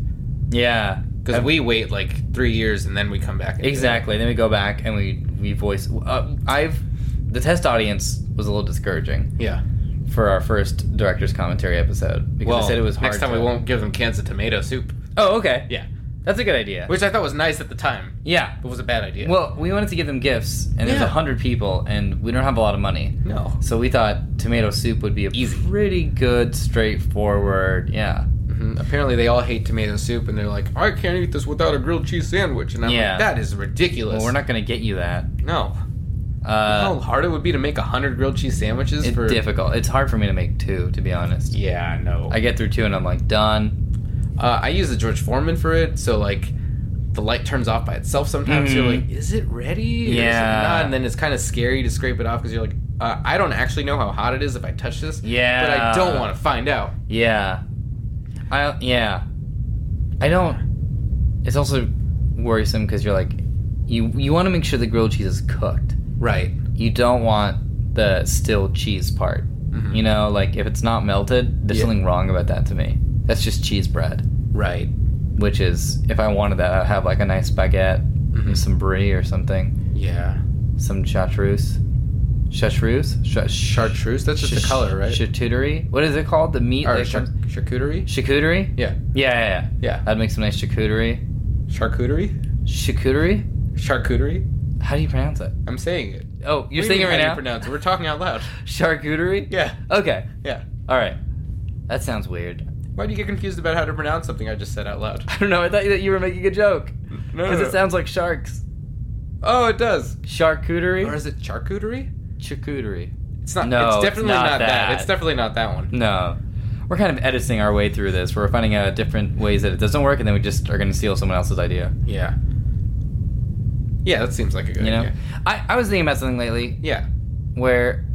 [SPEAKER 2] Yeah,
[SPEAKER 4] because we wait like three years and then we come back. and do it.
[SPEAKER 2] exactly. Then we go back and we we voice. Uh, I've the test audience was a little discouraging
[SPEAKER 4] Yeah.
[SPEAKER 2] for our first director's commentary episode because
[SPEAKER 4] Well,
[SPEAKER 2] I said it was hard.
[SPEAKER 4] next time
[SPEAKER 2] to-
[SPEAKER 4] we won't give them cans of tomato soup.
[SPEAKER 2] Oh, okay.
[SPEAKER 4] Yeah.
[SPEAKER 2] that's a good idea.
[SPEAKER 4] Which I thought was nice at the time,
[SPEAKER 2] yeah.
[SPEAKER 4] but was a bad idea.
[SPEAKER 2] Well, we wanted to give them gifts, and there's
[SPEAKER 4] Yeah.
[SPEAKER 2] a hundred people, and we don't have a lot of money.
[SPEAKER 4] no.
[SPEAKER 2] So we thought tomato soup would be a
[SPEAKER 4] Easy.
[SPEAKER 2] pretty good, straightforward. Yeah.
[SPEAKER 4] Mhm. Apparently they all hate tomato soup and they're like, I can't eat this without a grilled cheese sandwich, and I'm
[SPEAKER 2] Yeah.
[SPEAKER 4] like, that is ridiculous.
[SPEAKER 2] Well, we're not going to get you that.
[SPEAKER 4] No.
[SPEAKER 2] Uh,
[SPEAKER 4] How hard it would be to make a hundred grilled cheese sandwiches
[SPEAKER 2] it's
[SPEAKER 4] for.
[SPEAKER 2] difficult. It's hard for me to make two, to be honest.
[SPEAKER 4] Yeah, no.
[SPEAKER 2] I get through two and I'm like done.
[SPEAKER 4] Uh, I use the George Foreman for it, so like the light turns off by itself sometimes.
[SPEAKER 2] Mhm.
[SPEAKER 4] You're like, is it ready? or is it
[SPEAKER 2] Yeah.
[SPEAKER 4] not? And then it's kind of scary to scrape it off because you're like, uh, I don't actually know how hot it is if I touch this.
[SPEAKER 2] Yeah.
[SPEAKER 4] But I don't want to find out.
[SPEAKER 2] Yeah, I yeah, I don't. It's also worrisome because you're like, you you want to make sure the grilled cheese is cooked.
[SPEAKER 4] Right.
[SPEAKER 2] You don't want the still cheese part.
[SPEAKER 4] Mm-hmm.
[SPEAKER 2] You know, like if it's not melted, there's
[SPEAKER 4] Yeah.
[SPEAKER 2] something wrong about that to me. That's just cheese bread,
[SPEAKER 4] Right.
[SPEAKER 2] which is if I wanted that, I'd have like a nice baguette,
[SPEAKER 4] Mhm.
[SPEAKER 2] some brie or something,
[SPEAKER 4] Yeah.
[SPEAKER 2] some chartreuse. Chartreuse? Char-
[SPEAKER 4] Chartreuse? That's just
[SPEAKER 2] ch-
[SPEAKER 4] the color, right?
[SPEAKER 2] Charcuterie? What is it called? The meat?
[SPEAKER 4] or
[SPEAKER 2] that
[SPEAKER 4] char-
[SPEAKER 2] comes-
[SPEAKER 4] charcuterie?
[SPEAKER 2] charcuterie?
[SPEAKER 4] Yeah.
[SPEAKER 2] Yeah, yeah, yeah.
[SPEAKER 4] Yeah.
[SPEAKER 2] That'd make some nice charcuterie.
[SPEAKER 4] Charcuterie?
[SPEAKER 2] Charcuterie?
[SPEAKER 4] Charcuterie?
[SPEAKER 2] How do you pronounce it?
[SPEAKER 4] I'm saying it.
[SPEAKER 2] Oh, you're
[SPEAKER 4] What do
[SPEAKER 2] saying
[SPEAKER 4] you
[SPEAKER 2] it
[SPEAKER 4] mean, how
[SPEAKER 2] right
[SPEAKER 4] do you
[SPEAKER 2] now?
[SPEAKER 4] pronounce it? We're talking out loud.
[SPEAKER 2] Charcuterie?
[SPEAKER 4] Yeah.
[SPEAKER 2] Okay.
[SPEAKER 4] Yeah.
[SPEAKER 2] All right. That sounds weird.
[SPEAKER 4] Why do you get confused about how to pronounce something I just said out loud?
[SPEAKER 2] I don't know. I thought that you were making a joke.
[SPEAKER 4] No,
[SPEAKER 2] Because
[SPEAKER 4] no,
[SPEAKER 2] it
[SPEAKER 4] no.
[SPEAKER 2] sounds like sharks.
[SPEAKER 4] Oh, it does. Or
[SPEAKER 2] Charcuterie?
[SPEAKER 4] is it charcuterie?
[SPEAKER 2] Charcuterie.
[SPEAKER 4] It's not.
[SPEAKER 2] No,
[SPEAKER 4] it's definitely
[SPEAKER 2] not
[SPEAKER 4] not, that.
[SPEAKER 2] that.
[SPEAKER 4] It's definitely not that one.
[SPEAKER 2] No. We're kind of editing our way through this. We're finding out different ways that it doesn't work, and then we just are going to steal someone else's idea.
[SPEAKER 4] Yeah. Yeah, that seems like a good
[SPEAKER 2] You know?
[SPEAKER 4] idea.
[SPEAKER 2] I, I was thinking about something lately
[SPEAKER 4] Yeah.
[SPEAKER 2] where,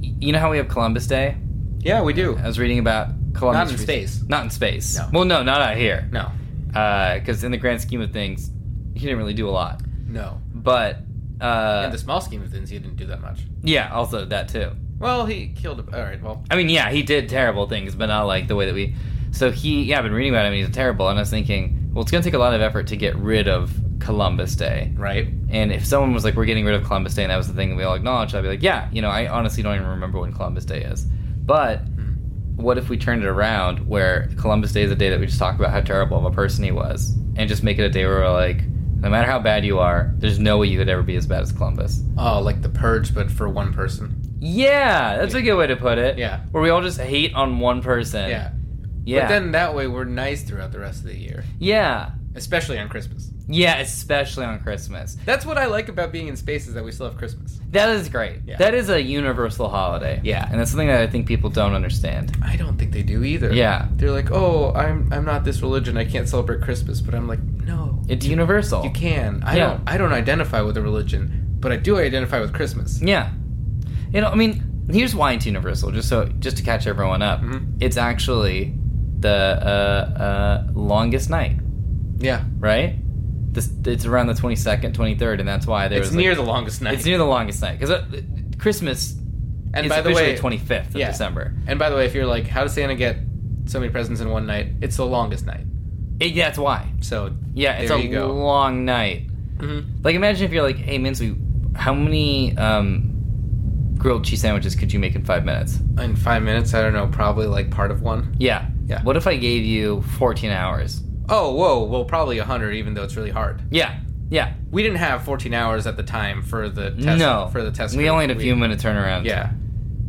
[SPEAKER 2] y- you know how we have Columbus Day?
[SPEAKER 4] Yeah, we do.
[SPEAKER 2] I was reading about Columbus.
[SPEAKER 4] Not in
[SPEAKER 2] research-
[SPEAKER 4] space.
[SPEAKER 2] Not in space.
[SPEAKER 4] No.
[SPEAKER 2] Well, no, not out here.
[SPEAKER 4] No.
[SPEAKER 2] Because in the grand scheme of things, he didn't really do a lot.
[SPEAKER 4] No.
[SPEAKER 2] But, uh,
[SPEAKER 4] In the small scheme of things, he didn't do that much.
[SPEAKER 2] yeah, also that too.
[SPEAKER 4] Well, he killed. A, all right. Well,
[SPEAKER 2] I mean, yeah, he did terrible things, but not like the way that we. So he, yeah, I've been reading about him. and He's terrible, and I was thinking, well, it's going to take a lot of effort to get rid of Columbus Day.
[SPEAKER 4] right.
[SPEAKER 2] And if someone was like, "We're getting rid of Columbus Day," and that was the thing that we all acknowledged, I'd be like, "Yeah, you know, I honestly don't even remember when Columbus Day is." But
[SPEAKER 4] Hmm.
[SPEAKER 2] what if we turned it around, where Columbus Day is a day that we just talk about how terrible of a person he was, and just make it a day where we're like, no matter how bad you are, there's no way you could ever be as bad as Columbus.
[SPEAKER 4] Oh, like the purge, but for one person.
[SPEAKER 2] Yeah, that's a good way to put it.
[SPEAKER 4] Yeah.
[SPEAKER 2] where we all just hate on one person.
[SPEAKER 4] Yeah.
[SPEAKER 2] Uh, Yeah.
[SPEAKER 4] But then that way we're nice throughout the rest of the year,
[SPEAKER 2] yeah.
[SPEAKER 4] especially on Christmas.
[SPEAKER 2] Yeah, especially on Christmas.
[SPEAKER 4] That's what I like about being in space is that we still have Christmas.
[SPEAKER 2] That is great.
[SPEAKER 4] Yeah.
[SPEAKER 2] That is a universal holiday.
[SPEAKER 4] Yeah.
[SPEAKER 2] And that's something that I think people don't understand.
[SPEAKER 4] I don't think they do either.
[SPEAKER 2] Yeah.
[SPEAKER 4] They're like, oh, I'm I'm not this religion. I can't celebrate Christmas. But I'm like, no,
[SPEAKER 2] It's universal.
[SPEAKER 4] you can. I
[SPEAKER 2] Oh. Yeah.
[SPEAKER 4] don't. I don't identify with a religion, but I do identify with Christmas.
[SPEAKER 2] Yeah. You know, I mean, here's why it's universal, just so just to catch everyone up.
[SPEAKER 4] Mhm.
[SPEAKER 2] It's actually the uh, uh, longest night,
[SPEAKER 4] Yeah.
[SPEAKER 2] right? This, it's around the 22nd, 23rd, and that's why there
[SPEAKER 4] it's
[SPEAKER 2] was like-
[SPEAKER 4] near the longest night.
[SPEAKER 2] it's near the longest night because uh, Christmas
[SPEAKER 4] and
[SPEAKER 2] is
[SPEAKER 4] by the
[SPEAKER 2] officially
[SPEAKER 4] way,
[SPEAKER 2] 25th of
[SPEAKER 4] yeah.
[SPEAKER 2] December.
[SPEAKER 4] and by the way, if you're like, how does Santa get so many presents in one night? It's the longest night.
[SPEAKER 2] It, that's why.
[SPEAKER 4] So
[SPEAKER 2] Yeah, it's
[SPEAKER 4] there
[SPEAKER 2] a
[SPEAKER 4] you go.
[SPEAKER 2] long night.
[SPEAKER 4] Mhm.
[SPEAKER 2] Like, imagine if you're like, hey, Minsley, how many um, grilled cheese sandwiches could you make in five minutes?
[SPEAKER 4] in five minutes, I don't know, probably like part of one.
[SPEAKER 2] Yeah.
[SPEAKER 4] Yeah.
[SPEAKER 2] What if I gave you 14 hours?
[SPEAKER 4] Oh, whoa, well, probably a hundred, even though it's really hard.
[SPEAKER 2] Yeah. Yeah.
[SPEAKER 4] We didn't have 14 hours at the time for the test.
[SPEAKER 2] no.
[SPEAKER 4] for the test.
[SPEAKER 2] We
[SPEAKER 4] group.
[SPEAKER 2] only had a few minute turnaround.
[SPEAKER 4] Yeah,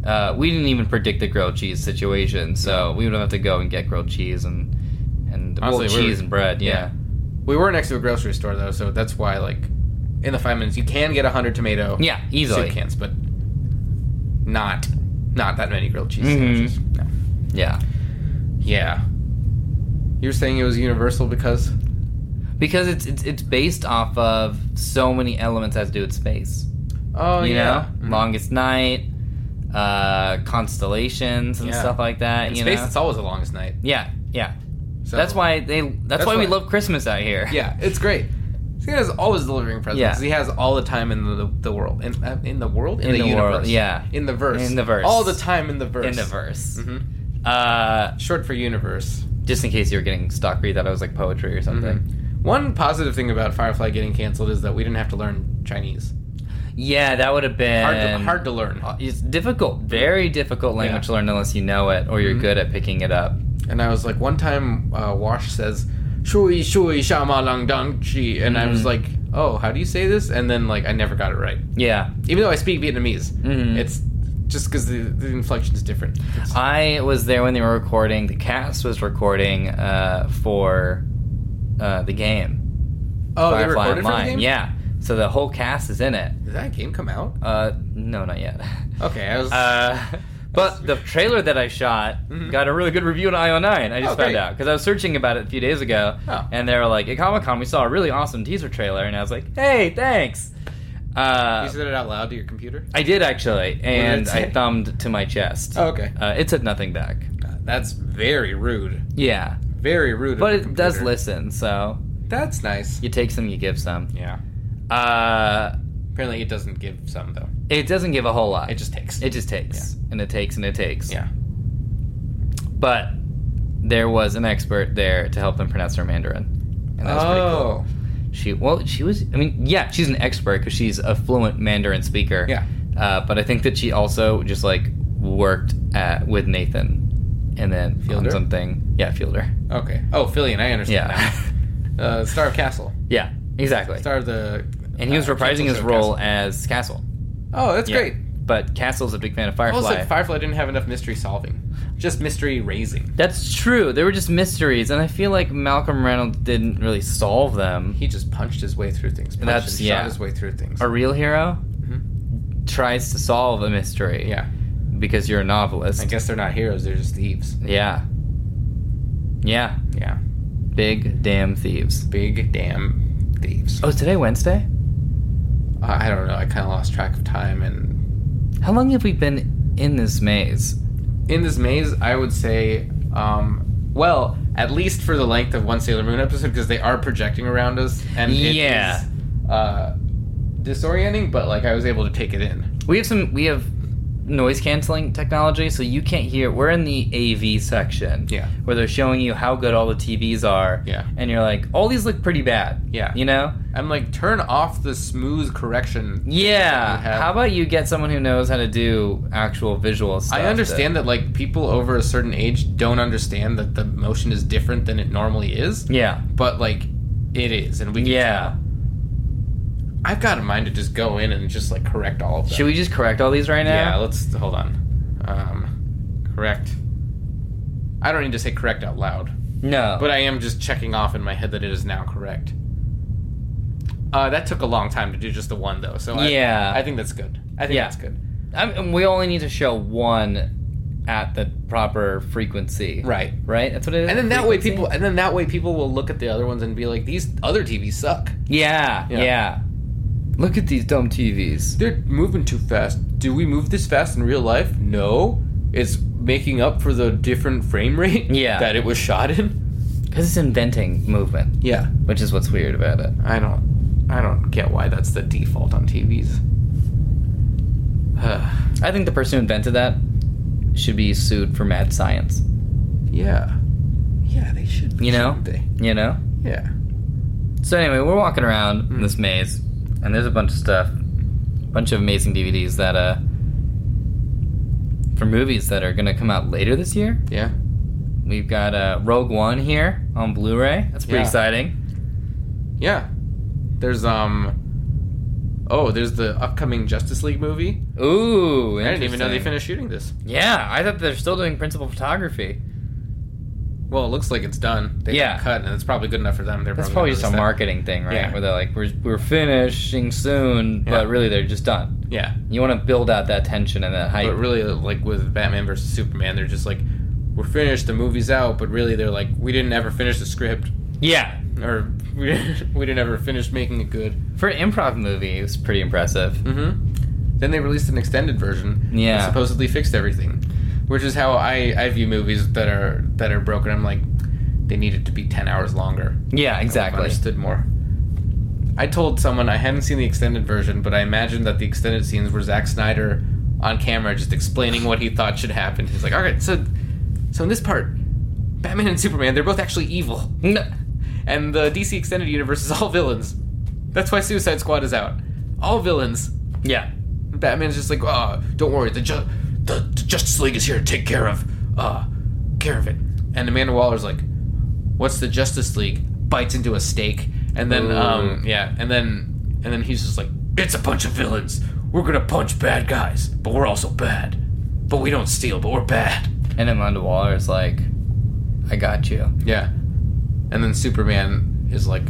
[SPEAKER 2] Uh, we didn't even predict the grilled cheese situation, so we would have to go and get grilled cheese and and well,
[SPEAKER 4] Honestly, we were-
[SPEAKER 2] cheese and bread. Yeah.
[SPEAKER 4] yeah. we were next to a grocery store though, so that's why like in the five minutes you can get a hundred tomato
[SPEAKER 2] Yeah. easily.
[SPEAKER 4] soup cans, but not not that many grilled cheese
[SPEAKER 2] Mhm.
[SPEAKER 4] sandwiches. No.
[SPEAKER 2] Yeah.
[SPEAKER 4] Yeah, you're saying it was universal because
[SPEAKER 2] Because it's, it's it's based off of so many elements that has to do with space.
[SPEAKER 4] oh
[SPEAKER 2] you
[SPEAKER 4] yeah,
[SPEAKER 2] know,
[SPEAKER 4] Mhm.
[SPEAKER 2] longest night, uh, constellations and
[SPEAKER 4] Yeah.
[SPEAKER 2] stuff like that.
[SPEAKER 4] in
[SPEAKER 2] you
[SPEAKER 4] space
[SPEAKER 2] know,
[SPEAKER 4] it's always the longest night.
[SPEAKER 2] yeah, yeah.
[SPEAKER 4] So
[SPEAKER 2] that's why they. That's,
[SPEAKER 4] That's
[SPEAKER 2] why we
[SPEAKER 4] why-
[SPEAKER 2] love Christmas out here.
[SPEAKER 4] Yeah, it's great. Santa's always delivering presents.
[SPEAKER 2] Yeah.
[SPEAKER 4] He has all the time in the, the world. In, uh, in the world?
[SPEAKER 2] In the world,
[SPEAKER 4] universe.
[SPEAKER 2] yeah.
[SPEAKER 4] In the verse.
[SPEAKER 2] In the verse.
[SPEAKER 4] All the time in the verse.
[SPEAKER 2] in the verse.
[SPEAKER 4] hmm
[SPEAKER 2] Uh,
[SPEAKER 4] Short for universe.
[SPEAKER 2] just in case you were getting stuck, or you thought it was like poetry or something.
[SPEAKER 4] Mm-hmm. One positive thing about Firefly getting canceled is that we didn't have to learn Chinese.
[SPEAKER 2] Yeah, that would have been
[SPEAKER 4] Hard, to, hard to learn.
[SPEAKER 2] It's difficult, very difficult language
[SPEAKER 4] Yeah. Mm-hmm.
[SPEAKER 2] to learn unless you know it or you're good at picking it up.
[SPEAKER 4] And I was like, one time uh, Wash says, Shui Shui Shama Lang Dang Chi. And I
[SPEAKER 2] Mm-hmm.
[SPEAKER 4] was like, oh, how do you say this? And then, like, I never got it right.
[SPEAKER 2] Yeah,
[SPEAKER 4] Even though I speak Vietnamese,
[SPEAKER 2] Mhm.
[SPEAKER 4] it's just because the, the inflection is different. It's-
[SPEAKER 2] I was there when they were recording. The cast was recording uh, for uh, the game.
[SPEAKER 4] oh, they
[SPEAKER 2] Firefly
[SPEAKER 4] recorded
[SPEAKER 2] Online.
[SPEAKER 4] for the game?
[SPEAKER 2] Yeah, so the whole cast is in it.
[SPEAKER 4] Did that game come out?
[SPEAKER 2] Uh, no, not yet.
[SPEAKER 4] Okay, I was.
[SPEAKER 2] Uh, but the trailer that I shot
[SPEAKER 4] Mhm.
[SPEAKER 2] got a really good review on IO9. I just
[SPEAKER 4] Oh,
[SPEAKER 2] found
[SPEAKER 4] great.
[SPEAKER 2] out because I was searching about it a few days ago,
[SPEAKER 4] Oh.
[SPEAKER 2] and they were like, "At Comic Con, we saw a really awesome teaser trailer," and I was like, "Hey, thanks." Uh,
[SPEAKER 4] you said it out loud to your computer.
[SPEAKER 2] I did actually, and
[SPEAKER 4] say?
[SPEAKER 2] I thumbed to my chest.
[SPEAKER 4] Oh, okay,
[SPEAKER 2] Uh, it said nothing back.
[SPEAKER 4] Uh, that's very rude.
[SPEAKER 2] Yeah,
[SPEAKER 4] Very rude. of
[SPEAKER 2] but
[SPEAKER 4] the
[SPEAKER 2] it does
[SPEAKER 4] computer.
[SPEAKER 2] listen, so
[SPEAKER 4] That's nice.
[SPEAKER 2] you take some, you give some.
[SPEAKER 4] Yeah.
[SPEAKER 2] Uh,
[SPEAKER 4] Apparently, it doesn't give some though.
[SPEAKER 2] it doesn't give a whole lot.
[SPEAKER 4] It just takes.
[SPEAKER 2] it just takes and it takes and it takes.
[SPEAKER 4] yeah.
[SPEAKER 2] but there was an expert there to help them pronounce their Mandarin, and that was
[SPEAKER 4] oh.
[SPEAKER 2] pretty cool. She well, she was. I mean, yeah, she's an expert because she's a fluent Mandarin speaker.
[SPEAKER 4] Yeah.
[SPEAKER 2] Uh, but I think that she also just like worked at with Nathan, and then
[SPEAKER 4] Fielder?
[SPEAKER 2] on something. Yeah, Fielder.
[SPEAKER 4] Okay. Oh, Fillion, I understand.
[SPEAKER 2] Yeah,
[SPEAKER 4] Now. Uh, Star of Castle.
[SPEAKER 2] yeah, exactly.
[SPEAKER 4] Star of the.
[SPEAKER 2] and he was
[SPEAKER 4] uh,
[SPEAKER 2] reprising his
[SPEAKER 4] Castle.
[SPEAKER 2] role as Castle.
[SPEAKER 4] Oh, that's
[SPEAKER 2] Yeah.
[SPEAKER 4] great.
[SPEAKER 2] But Castle's a big fan of Firefly.
[SPEAKER 4] Also, Firefly didn't have enough mystery solving, just mystery raising.
[SPEAKER 2] That's true. There were just mysteries, and I feel like Malcolm Reynolds didn't really solve them.
[SPEAKER 4] He just punched his way through things. Punched
[SPEAKER 2] That's-
[SPEAKER 4] and
[SPEAKER 2] yeah.
[SPEAKER 4] Shot his way through things.
[SPEAKER 2] A real hero tries to solve a mystery.
[SPEAKER 4] Mm-hmm. yeah.
[SPEAKER 2] Because you're a novelist.
[SPEAKER 4] I guess they're not heroes. They're just thieves.
[SPEAKER 2] Yeah. Yeah.
[SPEAKER 4] Yeah.
[SPEAKER 2] Big damn thieves.
[SPEAKER 4] Big damn thieves.
[SPEAKER 2] Oh, is today Wednesday?
[SPEAKER 4] I I don't know. I kind of lost track of time. And
[SPEAKER 2] How long have we been in this maze?
[SPEAKER 4] in this maze, I would say, um, well, at least for the length of one Sailor Moon episode, because they are projecting around us, and it
[SPEAKER 2] Yeah.
[SPEAKER 4] is, uh, disorienting. But like, I was able to take it in.
[SPEAKER 2] We have some. We have noise canceling technology, so you can't hear. We're in the AV section.
[SPEAKER 4] Yeah.
[SPEAKER 2] Where they're showing you how good all the TVs are.
[SPEAKER 4] Yeah.
[SPEAKER 2] And you're like, all these look pretty bad.
[SPEAKER 4] Yeah.
[SPEAKER 2] You know.
[SPEAKER 4] I'm like, turn off the smooth correction.
[SPEAKER 2] Yeah.
[SPEAKER 4] We have-
[SPEAKER 2] How about you get someone who knows how to do actual visual stuff?
[SPEAKER 4] I understand that like people over a certain age don't understand that the motion is different than it normally is,
[SPEAKER 2] that- yeah.
[SPEAKER 4] but like, it is, and we. can
[SPEAKER 2] Yeah.
[SPEAKER 4] I've got in mind to just go in and just like correct all of them.
[SPEAKER 2] Should we just correct all these right
[SPEAKER 4] Yeah,
[SPEAKER 2] now?
[SPEAKER 4] let's hold on. Um, correct. I don't need to say correct out loud,
[SPEAKER 2] No.
[SPEAKER 4] but I am just checking off in my head that it is now correct. Uh, that took a long time to do just the one though, so I,
[SPEAKER 2] Yeah.
[SPEAKER 4] I think that's good. I think
[SPEAKER 2] Yeah.
[SPEAKER 4] that's good.
[SPEAKER 2] I mean, we only need to show one at the proper frequency.
[SPEAKER 4] Right.
[SPEAKER 2] Right? That's what it is.
[SPEAKER 4] And then that way
[SPEAKER 2] Frequency?
[SPEAKER 4] people, and then that way people will look at the other ones and be like, these other TVs suck.
[SPEAKER 2] Yeah,
[SPEAKER 4] Yeah.
[SPEAKER 2] yeah. Look at these dumb TVs.
[SPEAKER 4] They're moving too fast. Do we move this fast in real life? No. It's making up for the different frame rate
[SPEAKER 2] Yeah.
[SPEAKER 4] that it was shot in.
[SPEAKER 2] Because it's inventing movement,
[SPEAKER 4] Yeah.
[SPEAKER 2] which is what's weird about it.
[SPEAKER 4] I don't I don't get why that's the default on TVs.
[SPEAKER 2] I think the person who invented that should be sued for mad science.
[SPEAKER 4] yeah. Yeah, they should
[SPEAKER 2] You know?
[SPEAKER 4] shouldn't They?
[SPEAKER 2] You know?
[SPEAKER 4] Yeah.
[SPEAKER 2] So, anyway, we're walking around
[SPEAKER 4] Hmm.
[SPEAKER 2] in this maze, and there's a bunch of stuff. bunch of amazing DVDs that, uh, for movies that are gonna come out later this year.
[SPEAKER 4] Yeah.
[SPEAKER 2] We've got uh, Rogue One here on Blu ray. That's pretty
[SPEAKER 4] Yeah.
[SPEAKER 2] exciting.
[SPEAKER 4] Yeah. There's um Oh, there's the upcoming Justice League movie.
[SPEAKER 2] Ooh,
[SPEAKER 4] I didn't even know they
[SPEAKER 2] interesting.
[SPEAKER 4] finished shooting this.
[SPEAKER 2] Yeah, I thought they're still doing principal photography.
[SPEAKER 4] Well, it looks like it's done. They got
[SPEAKER 2] Yeah.
[SPEAKER 4] cut and it's probably good enough for them. They're
[SPEAKER 2] That's probably
[SPEAKER 4] gonna
[SPEAKER 2] just a
[SPEAKER 4] release that.
[SPEAKER 2] marketing thing, right?
[SPEAKER 4] Yeah.
[SPEAKER 2] Where they're like, we're, we're finishing soon,
[SPEAKER 4] Yeah.
[SPEAKER 2] but really they're just done.
[SPEAKER 4] Yeah.
[SPEAKER 2] You want to build out that tension and that hype.
[SPEAKER 4] But really, like with Batman versus Superman, they're just like, we're finished, the movie's out, but really they're like, we didn't ever finish the script,
[SPEAKER 2] yeah.
[SPEAKER 4] or we didn't, we didn't ever finish making it good.
[SPEAKER 2] For an improv movie, it was pretty impressive.
[SPEAKER 4] Mm-hmm. Then they released an extended version.
[SPEAKER 2] Yeah.
[SPEAKER 4] that supposedly fixed everything, which is how I, I view movies that are that are broken. I'm like, they needed to be ten hours longer.
[SPEAKER 2] Yeah, exactly.
[SPEAKER 4] Understood more. I told someone I hadn't seen the extended version, but I imagined that the extended scenes were Zack Snyder on camera just explaining what he thought should happen. He's like, all right, so so in this part, Batman and Superman, they're both actually evil,
[SPEAKER 2] No-
[SPEAKER 4] and the DC extended universe is all villains. That's why Suicide Squad is out. All villains.
[SPEAKER 2] yeah.
[SPEAKER 4] Batman's just like, oh, don't worry, the, ju- the, the Justice League is here to take care of, uh, care of it. And Amanda Waller's like, what's the Justice League? Bites into a steak, and then, um, yeah, and then, and then he's just like, it's a bunch of villains. We're gonna punch bad guys, but we're also bad. But we don't steal, but we're bad.
[SPEAKER 2] And Amanda Waller is like, I got you.
[SPEAKER 4] Yeah. And then Superman is like,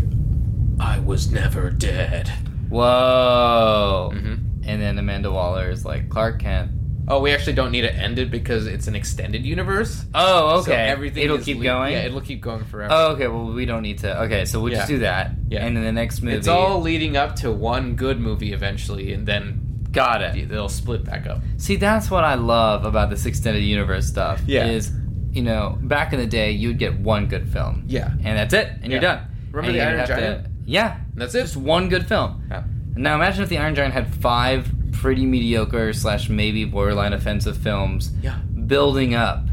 [SPEAKER 4] I was never dead.
[SPEAKER 2] Whoa.
[SPEAKER 4] Mm.
[SPEAKER 2] And then Amanda Waller is like, Clark Kent.
[SPEAKER 4] Oh, we actually don't need to end it because it's an extended universe.
[SPEAKER 2] Oh, okay.
[SPEAKER 4] So everything
[SPEAKER 2] it'll
[SPEAKER 4] is
[SPEAKER 2] keep
[SPEAKER 4] le-
[SPEAKER 2] going.
[SPEAKER 4] Yeah, it'll keep going forever.
[SPEAKER 2] oh, okay. Well, we don't need to. Okay, so we'll just
[SPEAKER 4] Yeah.
[SPEAKER 2] do that.
[SPEAKER 4] Yeah.
[SPEAKER 2] And then the next movie.
[SPEAKER 4] it's all leading up to one good movie eventually, and then
[SPEAKER 2] Got it.
[SPEAKER 4] they'll split back up.
[SPEAKER 2] See, that's what I love about this extended universe stuff.
[SPEAKER 4] Yeah.
[SPEAKER 2] Is, you know, back in the day, you'd get one good film.
[SPEAKER 4] Yeah.
[SPEAKER 2] And that's it, and you're
[SPEAKER 4] Yeah.
[SPEAKER 2] done.
[SPEAKER 4] Remember
[SPEAKER 2] And
[SPEAKER 4] the
[SPEAKER 2] you'd
[SPEAKER 4] Iron
[SPEAKER 2] have to-
[SPEAKER 4] Giant?
[SPEAKER 2] yeah.
[SPEAKER 4] that's it.
[SPEAKER 2] Just one good film.
[SPEAKER 4] Yeah.
[SPEAKER 2] Now imagine if the Iron Giant had five pretty mediocre slash maybe borderline offensive films
[SPEAKER 4] Yeah.
[SPEAKER 2] building up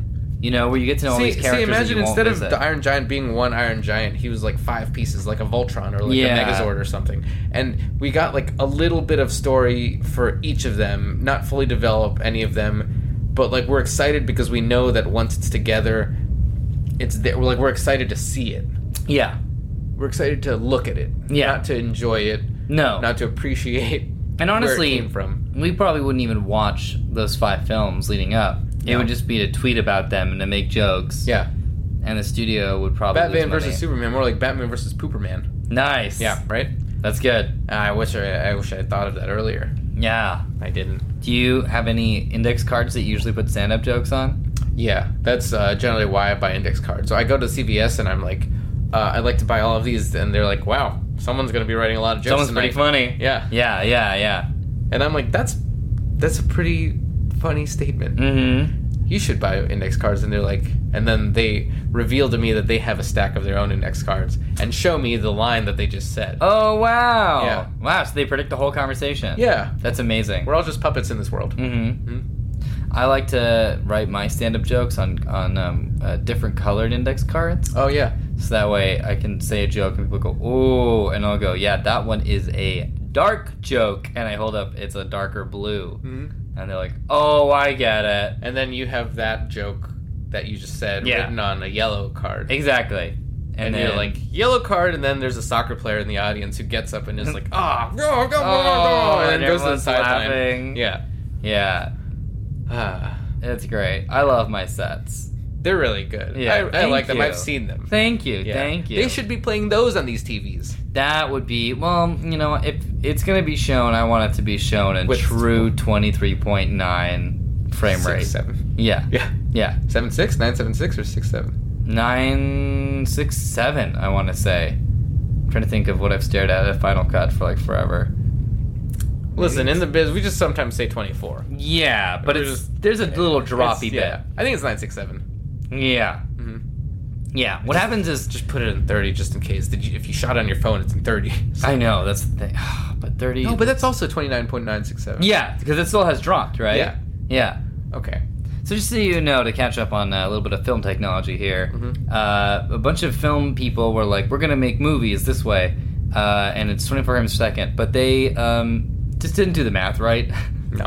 [SPEAKER 2] You know, where you get to know all
[SPEAKER 4] See,
[SPEAKER 2] these
[SPEAKER 4] see,
[SPEAKER 2] characters. that
[SPEAKER 4] imagine
[SPEAKER 2] you won't
[SPEAKER 4] instead of
[SPEAKER 2] visit.
[SPEAKER 4] the Iron Giant being one Iron Giant, he was like five pieces, like a Voltron or like
[SPEAKER 2] Yeah.
[SPEAKER 4] a Megazord or something. And we got like a little bit of story for each of them, not fully develop any of them, but like we're excited because we know that once it's together, it's there. We're like we're excited to see it.
[SPEAKER 2] yeah,
[SPEAKER 4] We're excited to look at it,
[SPEAKER 2] Yeah.
[SPEAKER 4] not to enjoy it,
[SPEAKER 2] no,
[SPEAKER 4] not to appreciate.
[SPEAKER 2] and honestly,
[SPEAKER 4] where it came from.
[SPEAKER 2] we probably wouldn't even watch those five films leading up. It
[SPEAKER 4] No.
[SPEAKER 2] would just be to tweet about them and to make jokes.
[SPEAKER 4] Yeah,
[SPEAKER 2] and the studio would probably lose
[SPEAKER 4] Batman
[SPEAKER 2] money.
[SPEAKER 4] versus Superman, more like Batman versus Pooperman.
[SPEAKER 2] Nice.
[SPEAKER 4] Yeah, right.
[SPEAKER 2] that's good.
[SPEAKER 4] I wish I, I wish I had thought of that earlier.
[SPEAKER 2] Yeah.
[SPEAKER 4] I didn't.
[SPEAKER 2] Do you have any index cards that you usually put stand-up jokes on?
[SPEAKER 4] Yeah, that's uh, generally why I buy index cards. So I go to CVS and I'm like, uh, I'd like to buy all of these, and they're like, wow, someone's gonna be writing a lot of jokes.
[SPEAKER 2] Someone's
[SPEAKER 4] tonight.
[SPEAKER 2] pretty funny.
[SPEAKER 4] Yeah.
[SPEAKER 2] Yeah. Yeah. Yeah.
[SPEAKER 4] and I'm like, that's that's a pretty funny statement.
[SPEAKER 2] Mm-hmm.
[SPEAKER 4] You should buy index cards, and they're like, and then they reveal to me that they have a stack of their own index cards and show me the line that they just said.
[SPEAKER 2] Oh wow.
[SPEAKER 4] Yeah.
[SPEAKER 2] Wow. So they predict the whole conversation.
[SPEAKER 4] Yeah,
[SPEAKER 2] That's amazing.
[SPEAKER 4] we're all just puppets in this world.
[SPEAKER 2] Mm-hmm.
[SPEAKER 4] Mhm.
[SPEAKER 2] I like to write my stand-up jokes on on um, uh, different colored index cards,
[SPEAKER 4] Oh yeah,
[SPEAKER 2] so that way I can say a joke and people go, "Ooh," and I'll go, "Yeah, that one is a dark joke," and I hold up, it's a darker blue, and they're like, "Oh, I get it."
[SPEAKER 4] and then you have that joke that you just said
[SPEAKER 2] Yeah.
[SPEAKER 4] written on a yellow card.
[SPEAKER 2] Exactly.
[SPEAKER 4] and,
[SPEAKER 2] then
[SPEAKER 4] you're like yellow card, and then there's a soccer player in the audience who gets up and is like, ah, go, go, go,
[SPEAKER 2] Oh,
[SPEAKER 4] go, and,
[SPEAKER 2] and
[SPEAKER 4] then goes to the
[SPEAKER 2] everyone's laughing.
[SPEAKER 4] sideline. Yeah,
[SPEAKER 2] yeah,
[SPEAKER 4] ah,
[SPEAKER 2] it's great. I love my sets.
[SPEAKER 4] they're really good.
[SPEAKER 2] Yeah,
[SPEAKER 4] I, I
[SPEAKER 2] thank
[SPEAKER 4] like them.
[SPEAKER 2] you.
[SPEAKER 4] I've seen them.
[SPEAKER 2] Thank you,
[SPEAKER 4] Yeah.
[SPEAKER 2] thank you.
[SPEAKER 4] They should be playing those on these TVs.
[SPEAKER 2] That would be well, you know, if it's gonna be shown, I want it to be shown in
[SPEAKER 4] With-
[SPEAKER 2] true twenty three point nine frame
[SPEAKER 4] Six,
[SPEAKER 2] rate.
[SPEAKER 4] seven.
[SPEAKER 2] Yeah,
[SPEAKER 4] Yeah,
[SPEAKER 2] yeah,
[SPEAKER 4] seven six nine seven six or six seven.
[SPEAKER 2] nine six seven. I want to say. I'm trying to think of what I've stared at at Final Cut for like forever.
[SPEAKER 4] Listen, in the biz, we just sometimes say twenty four.
[SPEAKER 2] Yeah, but
[SPEAKER 4] We're
[SPEAKER 2] it's
[SPEAKER 4] just-
[SPEAKER 2] there's a little droppy
[SPEAKER 4] Yeah, Mm-hmm. I think it's nine six seven.
[SPEAKER 2] bit. Yeah, yeah. What happens is
[SPEAKER 4] Just put it in thirty, just in case. Did you, if you shot on your phone, it's in thirty.
[SPEAKER 2] I know that's the thing, but thirty.
[SPEAKER 4] no, but that's also twenty nine point nine six seven.
[SPEAKER 2] yeah, because it still has dropped, right?
[SPEAKER 4] Yeah.
[SPEAKER 2] yeah.
[SPEAKER 4] Okay.
[SPEAKER 2] So just so you know, to catch up on uh, a little bit of film technology here,
[SPEAKER 4] Mm-hmm.
[SPEAKER 2] uh, a bunch of film people were like, "We're gonna make movies this way," uh, and it's 24 frames per second. But they um, just didn't do the math right,
[SPEAKER 4] No.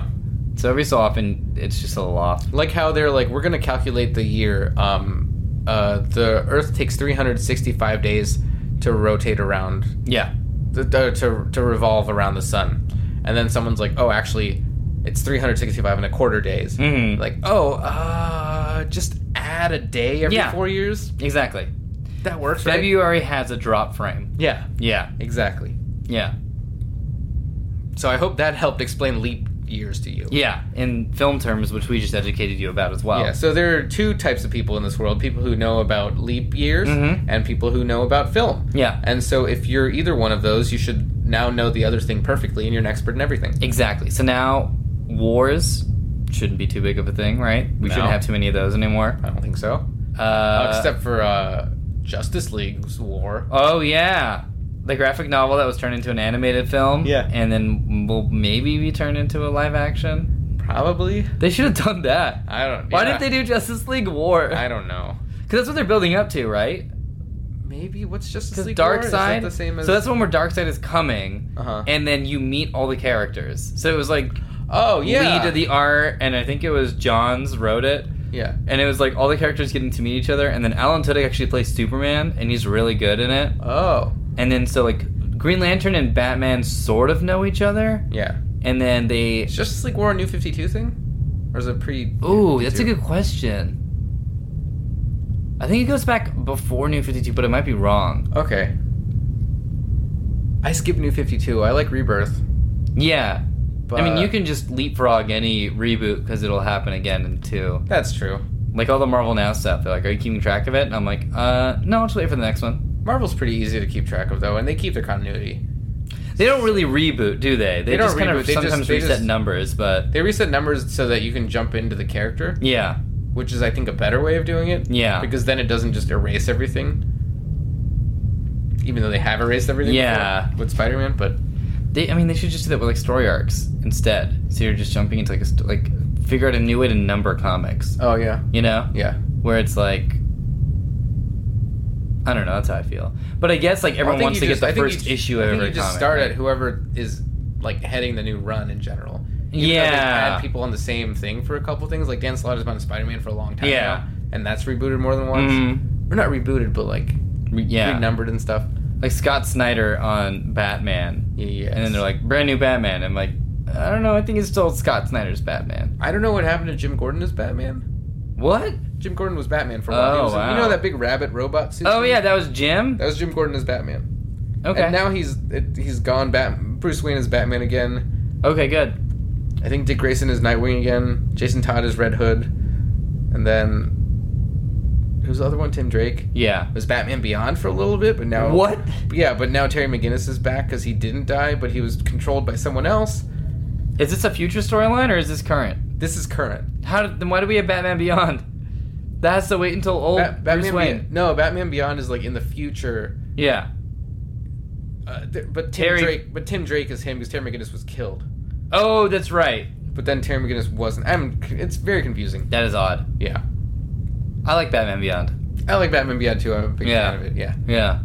[SPEAKER 2] so every so often it's just a little off.
[SPEAKER 4] like how they're like we're gonna calculate the year um uh the earth takes 365 days to rotate around
[SPEAKER 2] Yeah,
[SPEAKER 4] the, the, to to revolve around the sun and then someone's like oh actually it's 365 and a quarter days
[SPEAKER 2] Mhm.
[SPEAKER 4] like oh uh just add a day every
[SPEAKER 2] Yeah.
[SPEAKER 4] four years
[SPEAKER 2] exactly.
[SPEAKER 4] that works right?
[SPEAKER 2] February has a drop frame.
[SPEAKER 4] yeah
[SPEAKER 2] Yeah,
[SPEAKER 4] exactly
[SPEAKER 2] yeah,
[SPEAKER 4] so i hope that helped explain leap years to you
[SPEAKER 2] yeah. In film terms, which we just educated you about as well.
[SPEAKER 4] Yeah, so there are two types of people in this world people who know about leap years
[SPEAKER 2] Mhm.
[SPEAKER 4] and people who know about film.
[SPEAKER 2] Yeah.
[SPEAKER 4] And so if you're either one of those, you should now know the other thing perfectly and you're an expert in everything.
[SPEAKER 2] Exactly. So now wars shouldn't be too big of a thing, right? We
[SPEAKER 4] No.
[SPEAKER 2] shouldn't have too many of those anymore.
[SPEAKER 4] I don't think so.
[SPEAKER 2] Uh,
[SPEAKER 4] Uh, except for uh, Justice League's war.
[SPEAKER 2] Oh yeah, the graphic novel that was turned into an animated film.
[SPEAKER 4] Yeah.
[SPEAKER 2] and then will maybe be turned into a live action.
[SPEAKER 4] Probably.
[SPEAKER 2] They should have done that.
[SPEAKER 4] I don't
[SPEAKER 2] Why
[SPEAKER 4] yeah.
[SPEAKER 2] didn't they do Justice League War?
[SPEAKER 4] I
[SPEAKER 2] Because
[SPEAKER 4] don't know.
[SPEAKER 2] that's what they're building up to, right?
[SPEAKER 4] Maybe what's Justice
[SPEAKER 2] Because
[SPEAKER 4] League
[SPEAKER 2] Dark
[SPEAKER 4] War?
[SPEAKER 2] Side.
[SPEAKER 4] Is that the same as
[SPEAKER 2] So that's one where Dark Side is coming,
[SPEAKER 4] Uh-huh.
[SPEAKER 2] and then you meet all the characters. So it was like
[SPEAKER 4] Oh yeah.
[SPEAKER 2] Lee did the art, and I think it was Johns wrote it.
[SPEAKER 4] Yeah.
[SPEAKER 2] And it was like all the characters getting to meet each other, and then Alan Tudyk actually plays Superman, and he's really good in it.
[SPEAKER 4] Oh.
[SPEAKER 2] And then so like Green Lantern and Batman sort of know each other,
[SPEAKER 4] Yeah.
[SPEAKER 2] and then they.
[SPEAKER 4] Is Justice League War a new 52 thing? Or is it pre
[SPEAKER 2] Ooh, that's a
[SPEAKER 4] 52?
[SPEAKER 2] good question. I think it goes back before New Fifty Two, but it might be wrong.
[SPEAKER 4] Okay. I skip New 52. I like Rebirth.
[SPEAKER 2] Yeah,
[SPEAKER 4] But
[SPEAKER 2] I mean you can just leapfrog any reboot because it'll happen again in two.
[SPEAKER 4] That's true.
[SPEAKER 2] Like all the Marvel Now stuff, they're like, "Are you keeping track of it?" And I'm like, "Uh, no, I'll just wait for the next one."
[SPEAKER 4] Marvel's pretty easy to keep track of, though, and they keep their continuity.
[SPEAKER 2] They don't really reboot, do they? They,
[SPEAKER 4] They don't
[SPEAKER 2] just kind of
[SPEAKER 4] reboot, they just-
[SPEAKER 2] sometimes
[SPEAKER 4] they
[SPEAKER 2] reset
[SPEAKER 4] just-
[SPEAKER 2] numbers, but
[SPEAKER 4] They reset numbers so that you can jump into the character,
[SPEAKER 2] yeah,
[SPEAKER 4] which is, I think, a better way of doing it.
[SPEAKER 2] Yeah.
[SPEAKER 4] Because then it doesn't just erase everything. Even though they have erased everything.
[SPEAKER 2] Yeah.
[SPEAKER 4] before with Spider Man, but
[SPEAKER 2] They, I mean, they should just do that with like story arcs instead. So you're just jumping into like a st- like figure out a new way to number comics.
[SPEAKER 4] oh yeah,
[SPEAKER 2] You know,
[SPEAKER 4] yeah.
[SPEAKER 2] where it's like I don't know. That's how I feel. But I guess like
[SPEAKER 4] Well, I
[SPEAKER 2] everyone
[SPEAKER 4] think
[SPEAKER 2] wants
[SPEAKER 4] you
[SPEAKER 2] to
[SPEAKER 4] just- I
[SPEAKER 2] get the
[SPEAKER 4] think you
[SPEAKER 2] first
[SPEAKER 4] ju-
[SPEAKER 2] issue of
[SPEAKER 4] I think
[SPEAKER 2] every
[SPEAKER 4] you just
[SPEAKER 2] comic,
[SPEAKER 4] start
[SPEAKER 2] right?
[SPEAKER 4] at whoever is like heading the new run in general. Even though they've
[SPEAKER 2] Yeah.
[SPEAKER 4] had people on the same thing for a couple things. Like Dan Slott has been on Spider-Man for a long time.
[SPEAKER 2] Yeah.
[SPEAKER 4] now, and that's rebooted more than once.
[SPEAKER 2] Mhm.
[SPEAKER 4] Or not rebooted, but like
[SPEAKER 2] Re- yeah.
[SPEAKER 4] renumbered and stuff.
[SPEAKER 2] like Scott Snyder on Batman.
[SPEAKER 4] Yes.
[SPEAKER 2] And then they're like, brand new Batman. I'm like, I don't know. I think it's still Scott Snyder's Batman.
[SPEAKER 4] I don't know what happened to Jim Gordon as Batman.
[SPEAKER 2] What?
[SPEAKER 4] Jim Gordon was Batman for a while. He
[SPEAKER 2] Oh,
[SPEAKER 4] was in-
[SPEAKER 2] wow.
[SPEAKER 4] You know that big rabbit robot suit?
[SPEAKER 2] Oh,
[SPEAKER 4] thing?
[SPEAKER 2] yeah, that was Jim?
[SPEAKER 4] that was Jim Gordon as Batman.
[SPEAKER 2] Okay.
[SPEAKER 4] And now he's it, he's gone. Bat Bruce Wayne is Batman again.
[SPEAKER 2] okay, good.
[SPEAKER 4] I think Dick Grayson is Nightwing again. Jason Todd is Red Hood, and then who's the other one? Tim Drake
[SPEAKER 2] Yeah.
[SPEAKER 4] was Batman Beyond for a little bit, but now
[SPEAKER 2] What?
[SPEAKER 4] Yeah, but now Terry McGinnis is back because he didn't die, but he was controlled by someone else.
[SPEAKER 2] Is this a future storyline or is this current?
[SPEAKER 4] This is current.
[SPEAKER 2] How did, then why do we have Batman Beyond? That has to wait until old
[SPEAKER 4] Ba-
[SPEAKER 2] Oh, Bruce
[SPEAKER 4] Batman
[SPEAKER 2] Wayne.
[SPEAKER 4] Be- no, Batman Beyond is like in the future.
[SPEAKER 2] Yeah.
[SPEAKER 4] Uh, th- but Tim
[SPEAKER 2] Terry-
[SPEAKER 4] Drake, but Tim Drake is him because Terry McGinnis was killed.
[SPEAKER 2] Oh, that's right.
[SPEAKER 4] But then Terry McGinnis wasn't. I'm. It's very confusing.
[SPEAKER 2] That is odd.
[SPEAKER 4] Yeah,
[SPEAKER 2] I like Batman Beyond.
[SPEAKER 4] I like Batman Beyond too. I'm a big
[SPEAKER 2] Yeah.
[SPEAKER 4] fan of it. Yeah,
[SPEAKER 2] Yeah.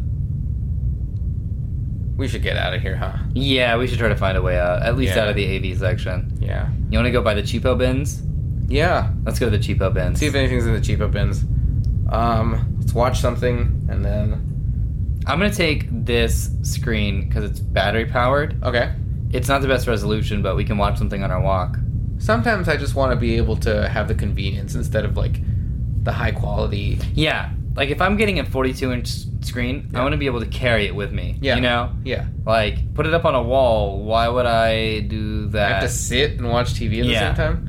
[SPEAKER 4] we should get out of here, huh?
[SPEAKER 2] Yeah, we should try to find a way out, at least
[SPEAKER 4] Yeah.
[SPEAKER 2] out of the AV section.
[SPEAKER 4] Yeah.
[SPEAKER 2] You want to go by the cheapo bins?
[SPEAKER 4] Yeah.
[SPEAKER 2] Let's go to the cheapo bins.
[SPEAKER 4] See if anything's in the cheapo bins. Um, let's watch something and then.
[SPEAKER 2] I'm gonna take this screen because it's battery powered.
[SPEAKER 4] Okay.
[SPEAKER 2] It's not the best resolution, but we can watch something on our walk.
[SPEAKER 4] Sometimes I just want to be able to have the convenience instead of like the high quality.
[SPEAKER 2] Yeah, like if I'm getting a 42 inch screen, I
[SPEAKER 4] Yeah.
[SPEAKER 2] want to be able to carry it with me.
[SPEAKER 4] Yeah.
[SPEAKER 2] you know,
[SPEAKER 4] Yeah.
[SPEAKER 2] like put it up on a wall. Why would I do
[SPEAKER 4] I have
[SPEAKER 2] that?
[SPEAKER 4] to sit and watch TV at
[SPEAKER 2] Yeah.
[SPEAKER 4] the same time.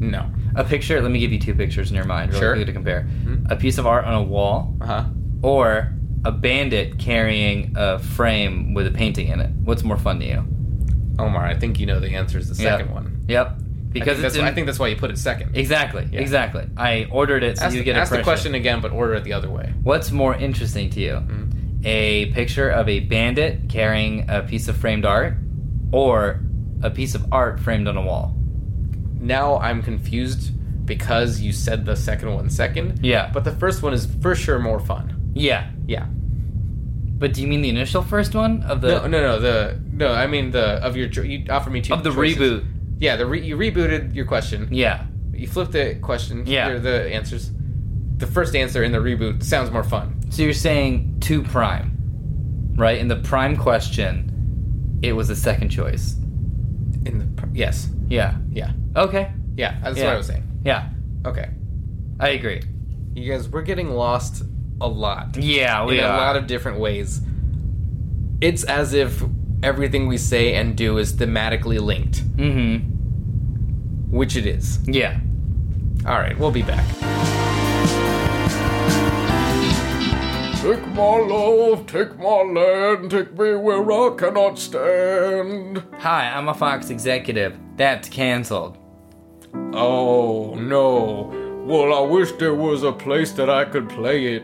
[SPEAKER 4] No.
[SPEAKER 2] a picture. Let me give you two pictures in your mind, really
[SPEAKER 4] Sure.
[SPEAKER 2] quickly to compare.
[SPEAKER 4] Mhm.
[SPEAKER 2] A piece of art on a wall,
[SPEAKER 4] Uh huh.
[SPEAKER 2] or a bandit carrying a frame with a painting in it. What's more fun to you?
[SPEAKER 4] Omar, I think you know the answer is the
[SPEAKER 2] Yeah.
[SPEAKER 4] second one.
[SPEAKER 2] Yep,
[SPEAKER 4] I
[SPEAKER 2] because
[SPEAKER 4] think,
[SPEAKER 2] it's
[SPEAKER 4] that's,
[SPEAKER 2] in,
[SPEAKER 4] I think that's why you put it second.
[SPEAKER 2] exactly,
[SPEAKER 4] Yeah.
[SPEAKER 2] exactly. I ordered it so
[SPEAKER 4] ask
[SPEAKER 2] you
[SPEAKER 4] the-
[SPEAKER 2] get
[SPEAKER 4] ask the
[SPEAKER 2] impression.
[SPEAKER 4] question again, but order it the other way.
[SPEAKER 2] What's more interesting to you?
[SPEAKER 4] Mm-hmm.
[SPEAKER 2] A picture of a bandit carrying a piece of framed art or a piece of art framed on a wall?
[SPEAKER 4] Now I'm confused because you said the second one second.
[SPEAKER 2] Yeah.
[SPEAKER 4] But the first one is for sure more fun.
[SPEAKER 2] Yeah.
[SPEAKER 4] Yeah.
[SPEAKER 2] But do you mean the initial first one of the
[SPEAKER 4] no, no, no. The no, I mean the of your. cho- You offered me two
[SPEAKER 2] of the
[SPEAKER 4] choices.
[SPEAKER 2] reboot?
[SPEAKER 4] Yeah, the re, you rebooted your question.
[SPEAKER 2] Yeah.
[SPEAKER 4] You flipped the question.
[SPEAKER 2] Yeah.
[SPEAKER 4] or the answers. The first answer in the reboot sounds more fun.
[SPEAKER 2] So you're saying 2 prime, right? In the prime question, it was the second choice.
[SPEAKER 4] In the pr- yes,
[SPEAKER 2] Yeah.
[SPEAKER 4] yeah,
[SPEAKER 2] Okay.
[SPEAKER 4] yeah. That's
[SPEAKER 2] Yeah.
[SPEAKER 4] what I was saying.
[SPEAKER 2] Yeah.
[SPEAKER 4] Okay,
[SPEAKER 2] I agree.
[SPEAKER 4] you guys, we're getting lost a lot
[SPEAKER 2] Yeah, we
[SPEAKER 4] in
[SPEAKER 2] are.
[SPEAKER 4] a lot of different ways. It's as if everything we say and do is thematically linked,
[SPEAKER 2] Mhm.
[SPEAKER 4] which it is.
[SPEAKER 2] Yeah.
[SPEAKER 4] All right, we'll be back. Take my love, take my land, take me where I cannot stand.
[SPEAKER 2] Hi, I'm a Fox executive. That's canceled.
[SPEAKER 4] Oh no. Well, I wish there was a place that I could play it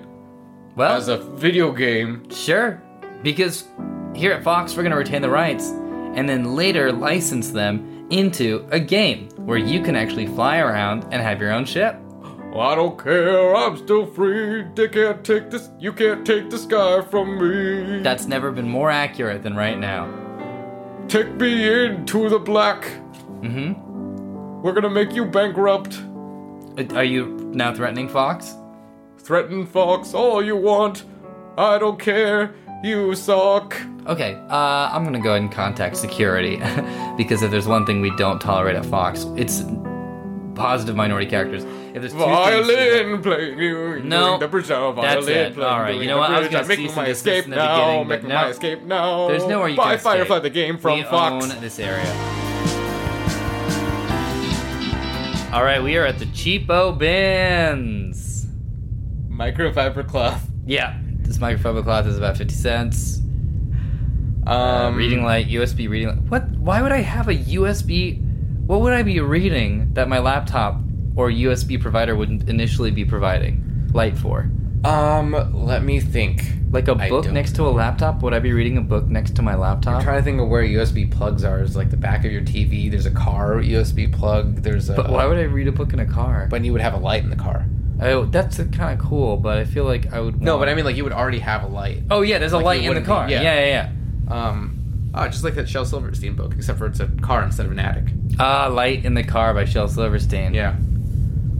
[SPEAKER 2] Well,
[SPEAKER 4] as a video game.
[SPEAKER 2] Sure, because here at Fox, we're going to retain the rights and then later license them into a game where you can actually fly around and have your own ship.
[SPEAKER 4] Well, I don't care, I'm still free. They can't take this, you can't take the sky from me.
[SPEAKER 2] That's never been more accurate than right now.
[SPEAKER 4] Take me into the black.
[SPEAKER 2] hmm
[SPEAKER 4] We're gonna make you bankrupt.
[SPEAKER 2] Uh, Are you now threatening Fox?
[SPEAKER 4] Threaten Fox all you want. I don't care. You suck.
[SPEAKER 2] Okay, uh, I'm gonna go ahead and contact security because if there's one thing we don't tolerate at Fox, it's positive minority characters. If there's two things-
[SPEAKER 4] Violin playing you.
[SPEAKER 2] No,
[SPEAKER 4] The bridge now, violin
[SPEAKER 2] that's it.
[SPEAKER 4] playing,
[SPEAKER 2] All right,
[SPEAKER 4] doing
[SPEAKER 2] you know
[SPEAKER 4] the
[SPEAKER 2] what? I was
[SPEAKER 4] bridge.
[SPEAKER 2] gonna
[SPEAKER 4] I'm making
[SPEAKER 2] cease
[SPEAKER 4] my
[SPEAKER 2] and desist
[SPEAKER 4] escape
[SPEAKER 2] in the
[SPEAKER 4] now.
[SPEAKER 2] beginning, but
[SPEAKER 4] making
[SPEAKER 2] no.
[SPEAKER 4] my escape now.
[SPEAKER 2] There's nowhere you
[SPEAKER 4] Buy
[SPEAKER 2] can escape.
[SPEAKER 4] Firefly the game from
[SPEAKER 2] we
[SPEAKER 4] Fox.
[SPEAKER 2] own this area. All right, we are at the cheapo bins.
[SPEAKER 4] Microfiber cloth.
[SPEAKER 2] Yeah, this microphobic cloth is about fifty cents.
[SPEAKER 4] Um,
[SPEAKER 2] Um, reading light, USB reading light. What? Why would I have a USB? What would I be reading that my laptop or USB provider would initially be providing light for?
[SPEAKER 4] Um, let me think.
[SPEAKER 2] Like a
[SPEAKER 4] I
[SPEAKER 2] book
[SPEAKER 4] don't-
[SPEAKER 2] next to a laptop? Would I be reading a book next to my laptop?
[SPEAKER 4] I'm trying to think of where USB plugs are. It's like the back of your TV. There's a car USB plug. There's a.
[SPEAKER 2] but why would I read a book in a car?
[SPEAKER 4] But you would have a light in the car.
[SPEAKER 2] Oh, that's kind of cool, but I feel like I would.
[SPEAKER 4] No,
[SPEAKER 2] want-
[SPEAKER 4] but I mean, like you would already have a light.
[SPEAKER 2] Oh yeah, there's a
[SPEAKER 4] Like,
[SPEAKER 2] light
[SPEAKER 4] you
[SPEAKER 2] in the
[SPEAKER 4] wouldn't
[SPEAKER 2] car.
[SPEAKER 4] be-
[SPEAKER 2] yeah.
[SPEAKER 4] yeah.
[SPEAKER 2] yeah, yeah,
[SPEAKER 4] Um, oh, just like that Shel Silverstein book, except for it's a car instead of an attic.
[SPEAKER 2] Ah, light in the car by Shel Silverstein.
[SPEAKER 4] Yeah.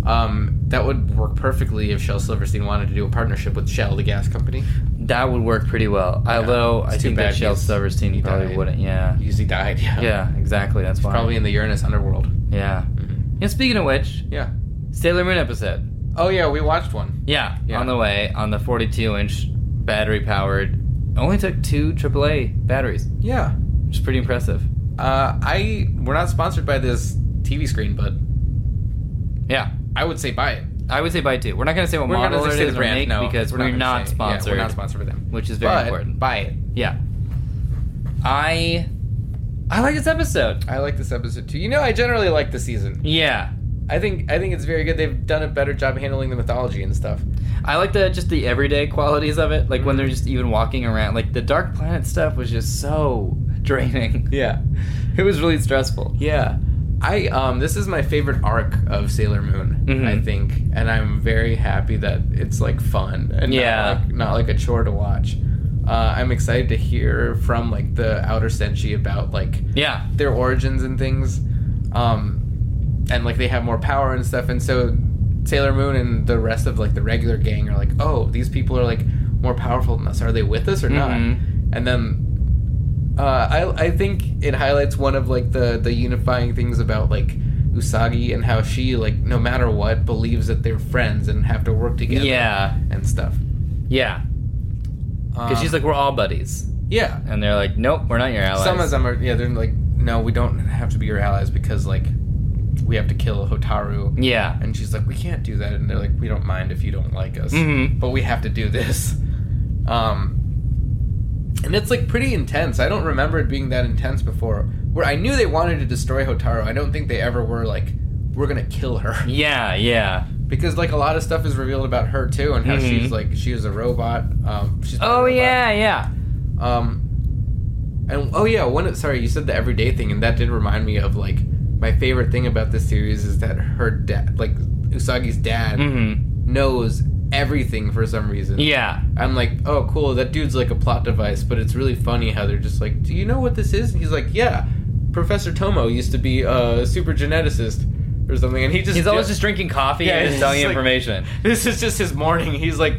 [SPEAKER 4] Um, that would work perfectly if Shel Silverstein wanted to do a partnership with Shell, the gas company.
[SPEAKER 2] that would work pretty well. Although
[SPEAKER 4] it's
[SPEAKER 2] I
[SPEAKER 4] too
[SPEAKER 2] think that
[SPEAKER 4] bad
[SPEAKER 2] Shel
[SPEAKER 4] he's-
[SPEAKER 2] Silverstein
[SPEAKER 4] he
[SPEAKER 2] probably
[SPEAKER 4] died.
[SPEAKER 2] wouldn't. Yeah,
[SPEAKER 4] Because he died. Yeah.
[SPEAKER 2] yeah, exactly. That's why.
[SPEAKER 4] Probably in the Uranus underworld.
[SPEAKER 2] Yeah. Yeah. Speaking of which,
[SPEAKER 4] Yeah.
[SPEAKER 2] Sailor Moon episode.
[SPEAKER 4] Oh yeah, we watched one.
[SPEAKER 2] Yeah,
[SPEAKER 4] Yeah.
[SPEAKER 2] on the way on the 42 inch battery powered. Only took two AAA batteries,
[SPEAKER 4] Yeah.
[SPEAKER 2] which is pretty impressive.
[SPEAKER 4] Uh, I we're not sponsored by this TV screen, but
[SPEAKER 2] Yeah,
[SPEAKER 4] I would say buy it.
[SPEAKER 2] I would say buy two. We're not going to say what
[SPEAKER 4] We're not
[SPEAKER 2] model
[SPEAKER 4] gonna
[SPEAKER 2] it
[SPEAKER 4] say
[SPEAKER 2] is
[SPEAKER 4] the
[SPEAKER 2] or
[SPEAKER 4] brand
[SPEAKER 2] make
[SPEAKER 4] no,
[SPEAKER 2] because we're,
[SPEAKER 4] gonna
[SPEAKER 2] not
[SPEAKER 4] say- yeah,
[SPEAKER 2] sponsored,
[SPEAKER 4] we're not sponsored by them,
[SPEAKER 2] which is very
[SPEAKER 4] But
[SPEAKER 2] important.
[SPEAKER 4] Buy it.
[SPEAKER 2] Yeah, I I like this episode.
[SPEAKER 4] I like this episode too. You know, I generally like the season.
[SPEAKER 2] Yeah,
[SPEAKER 4] I think I think it's very good. They've done a better job handling the mythology and stuff.
[SPEAKER 2] I like the just the everyday qualities of it,
[SPEAKER 4] Mm-hmm.
[SPEAKER 2] like when they're just even walking around. Like the Dark Planet stuff was just so draining.
[SPEAKER 4] Yeah,
[SPEAKER 2] It was really stressful.
[SPEAKER 4] yeah. I um, this is my favorite arc of Sailor Moon.
[SPEAKER 2] Mhm.
[SPEAKER 4] I think, and I'm very happy that it's like fun and
[SPEAKER 2] Yeah.
[SPEAKER 4] not like, not like a chore to watch. Uh, I'm excited to hear from like the outer senshi about like
[SPEAKER 2] Yeah,
[SPEAKER 4] their origins and things, um, and like they have more power and stuff. And so Sailor Moon and the rest of like the regular gang are like, oh, these people are like more powerful than us. Are they with us or
[SPEAKER 2] Mhm.
[SPEAKER 4] not? And then uh, I I think it highlights one of like the the unifying things about like. Usagi and how she like no matter what believes that they're friends and have to work together
[SPEAKER 2] yeah,
[SPEAKER 4] and stuff
[SPEAKER 2] yeah. Because she's like, we're all buddies,
[SPEAKER 4] Um, yeah
[SPEAKER 2] and they're like, nope, we're not your allies.
[SPEAKER 4] Some of them are, yeah, they're like, no, we don't have to be your allies because, like, we have to kill Hotaru.
[SPEAKER 2] Yeah.
[SPEAKER 4] And she's like, we can't do that. And they're like, we don't mind if you don't like us,
[SPEAKER 2] Mhm.
[SPEAKER 4] but we have to do this. Um, and it's, like, pretty intense. I don't remember it being that intense before. Where I knew they wanted to destroy Hotaru, I don't think they ever were, like, we're gonna kill her.
[SPEAKER 2] Yeah, yeah.
[SPEAKER 4] Because, like, a lot of stuff is revealed about her, too, and how
[SPEAKER 2] Mhm.
[SPEAKER 4] she's, like, she was a robot. Um, she's
[SPEAKER 2] Oh
[SPEAKER 4] a robot.
[SPEAKER 2] yeah, yeah.
[SPEAKER 4] Um, and oh yeah, one. Sorry, you said the everyday thing, and that did remind me of like my favorite thing about this series is that her dad, like Usagi's dad,
[SPEAKER 2] Mm-hmm.
[SPEAKER 4] knows everything for some reason.
[SPEAKER 2] Yeah.
[SPEAKER 4] I'm like, oh cool, that dude's like a plot device, but it's really funny how they're just like, do you know what this is? And he's like, yeah, Professor Tomo used to be a super geneticist or something, and he just
[SPEAKER 2] He's always just drinking coffee
[SPEAKER 4] Yeah,
[SPEAKER 2] and
[SPEAKER 4] it's
[SPEAKER 2] just telling you
[SPEAKER 4] like-
[SPEAKER 2] information.
[SPEAKER 4] this is just his morning. He's like,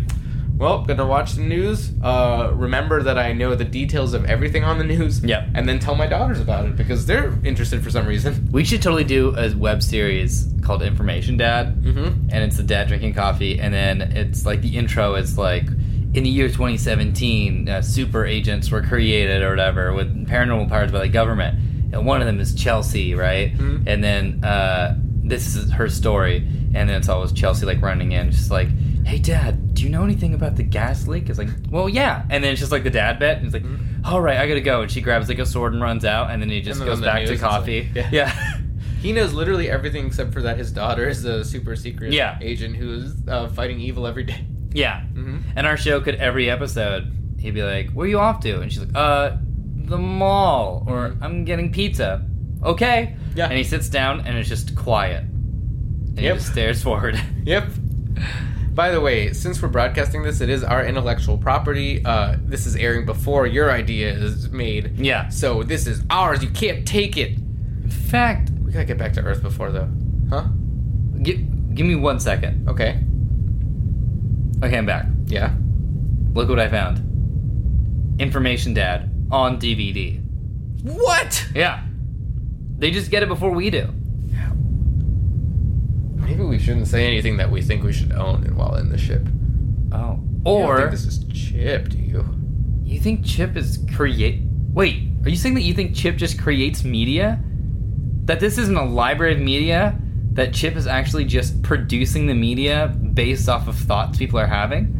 [SPEAKER 4] well, gonna watch the news. Uh, remember that I know the details of everything on the news.
[SPEAKER 2] Yep.
[SPEAKER 4] And then tell my daughters about it because they're interested for some reason.
[SPEAKER 2] We should totally do a web series called Information Dad,
[SPEAKER 4] Mm-hmm.
[SPEAKER 2] and it's the dad drinking coffee, and then it's like the intro is like. In the year 2017, uh, super agents were created or whatever with paranormal powers by the government. And one of them is Chelsea, right?
[SPEAKER 4] Mhm.
[SPEAKER 2] And then uh, this is her story. And then it's always Chelsea like running in, just like, hey, dad, do you know anything about the gas leak? It's like, well, yeah. And then it's just like the dad bet. And he's like, all right, I gotta go. And she grabs like a sword and runs out. And then he just
[SPEAKER 4] Mm-hmm. then
[SPEAKER 2] goes
[SPEAKER 4] on the
[SPEAKER 2] back
[SPEAKER 4] news,
[SPEAKER 2] to
[SPEAKER 4] it's like-
[SPEAKER 2] coffee.
[SPEAKER 4] Yeah.
[SPEAKER 2] yeah.
[SPEAKER 4] He knows literally everything except for that his daughter is a super secret
[SPEAKER 2] Yeah. Mm-hmm.
[SPEAKER 4] agent who's uh, fighting evil every day.
[SPEAKER 2] Yeah.
[SPEAKER 4] Mhm.
[SPEAKER 2] And our show could every episode, he'd be like, Where are you off to? And she's like, Uh, the mall or I'm getting pizza. Okay.
[SPEAKER 4] Yeah.
[SPEAKER 2] And he sits down and it's just quiet. And he
[SPEAKER 4] Yep.
[SPEAKER 2] just stares forward.
[SPEAKER 4] Yep. By the way, since we're broadcasting this, it is our intellectual property. Uh, this is airing before your idea is made.
[SPEAKER 2] yeah.
[SPEAKER 4] So this is ours. You can't take it.
[SPEAKER 2] In fact,
[SPEAKER 4] We gotta get back to Earth before though. Huh?
[SPEAKER 2] gi- give me one second.
[SPEAKER 4] Okay.
[SPEAKER 2] Okay, I'm back.
[SPEAKER 4] Yeah.
[SPEAKER 2] Look what I found Information Dad on DVD.
[SPEAKER 4] What?
[SPEAKER 2] Yeah. They just get it before we do.
[SPEAKER 4] Maybe we shouldn't say anything that we think we should own while in the ship.
[SPEAKER 2] Oh.
[SPEAKER 4] I don't
[SPEAKER 2] Or.
[SPEAKER 4] think this is chip, do you?
[SPEAKER 2] You think Chip is create? Wait, are you saying that you think Chip just creates media? That this isn't a library of media? That Chip is actually just producing the media based off of thoughts people are having?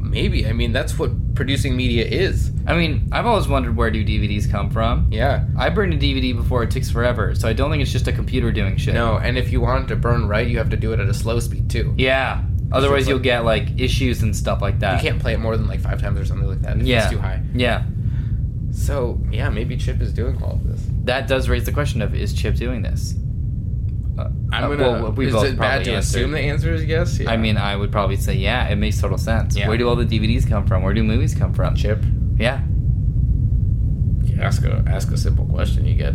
[SPEAKER 4] Maybe. I mean, that's what producing media is.
[SPEAKER 2] I mean, I've always wondered where do DVDs come from?
[SPEAKER 4] Yeah.
[SPEAKER 2] I burned a DVD before it takes forever, so I don't think it's just a computer doing shit.
[SPEAKER 4] No, and if you want it to burn right, you have to do it at a slow speed too.
[SPEAKER 2] Yeah. Otherwise, you'll get like issues and stuff like that.
[SPEAKER 4] You can't play it more than like five times or something like that. If
[SPEAKER 2] Yeah.
[SPEAKER 4] It's too high.
[SPEAKER 2] Yeah.
[SPEAKER 4] So yeah, maybe Chip is doing all of this.
[SPEAKER 2] That does raise the question of is Chip doing this? Uh,
[SPEAKER 4] I'm
[SPEAKER 2] uh,
[SPEAKER 4] gonna.
[SPEAKER 2] well, we
[SPEAKER 4] is
[SPEAKER 2] both
[SPEAKER 4] it bad
[SPEAKER 2] probably
[SPEAKER 4] to
[SPEAKER 2] answered.
[SPEAKER 4] assume the answer is yes? Yeah.
[SPEAKER 2] I mean, I would probably say, yeah, it makes total sense.
[SPEAKER 4] Yeah.
[SPEAKER 2] Where do all the DVDs come from? Where do movies come from?
[SPEAKER 4] Chip.
[SPEAKER 2] Yeah.
[SPEAKER 4] You ask a ask a simple question, you get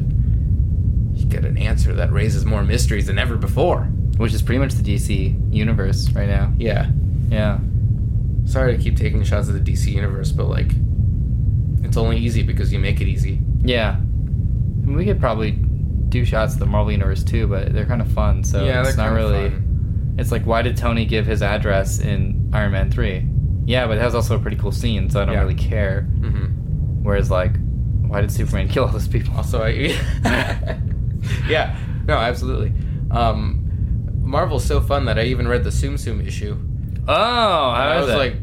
[SPEAKER 4] you get an answer that raises more mysteries than ever before.
[SPEAKER 2] Which is pretty much the DC universe right now.
[SPEAKER 4] Yeah.
[SPEAKER 2] Yeah.
[SPEAKER 4] Sorry to keep taking shots at the DC universe, but like, it's only easy because you make it easy.
[SPEAKER 2] Yeah. I mean, we could probably do shots of the Marvel universe too, but they're kind of fun, so
[SPEAKER 4] yeah,
[SPEAKER 2] it's
[SPEAKER 4] that's
[SPEAKER 2] not
[SPEAKER 4] kinda
[SPEAKER 2] really.
[SPEAKER 4] fun.
[SPEAKER 2] It's like, why did Tony give his address in Iron Man 3? Yeah, but that was also a pretty cool scene, so I don't
[SPEAKER 4] Yeah.
[SPEAKER 2] really care.
[SPEAKER 4] Mhm.
[SPEAKER 2] Whereas, like, why did Superman kill all those people?
[SPEAKER 4] Also, I yeah, no, absolutely. Um, Marvel's so fun that I even read the Tsum Tsum issue.
[SPEAKER 2] Oh,
[SPEAKER 4] And
[SPEAKER 2] how
[SPEAKER 4] I
[SPEAKER 2] is
[SPEAKER 4] was
[SPEAKER 2] it?
[SPEAKER 4] like,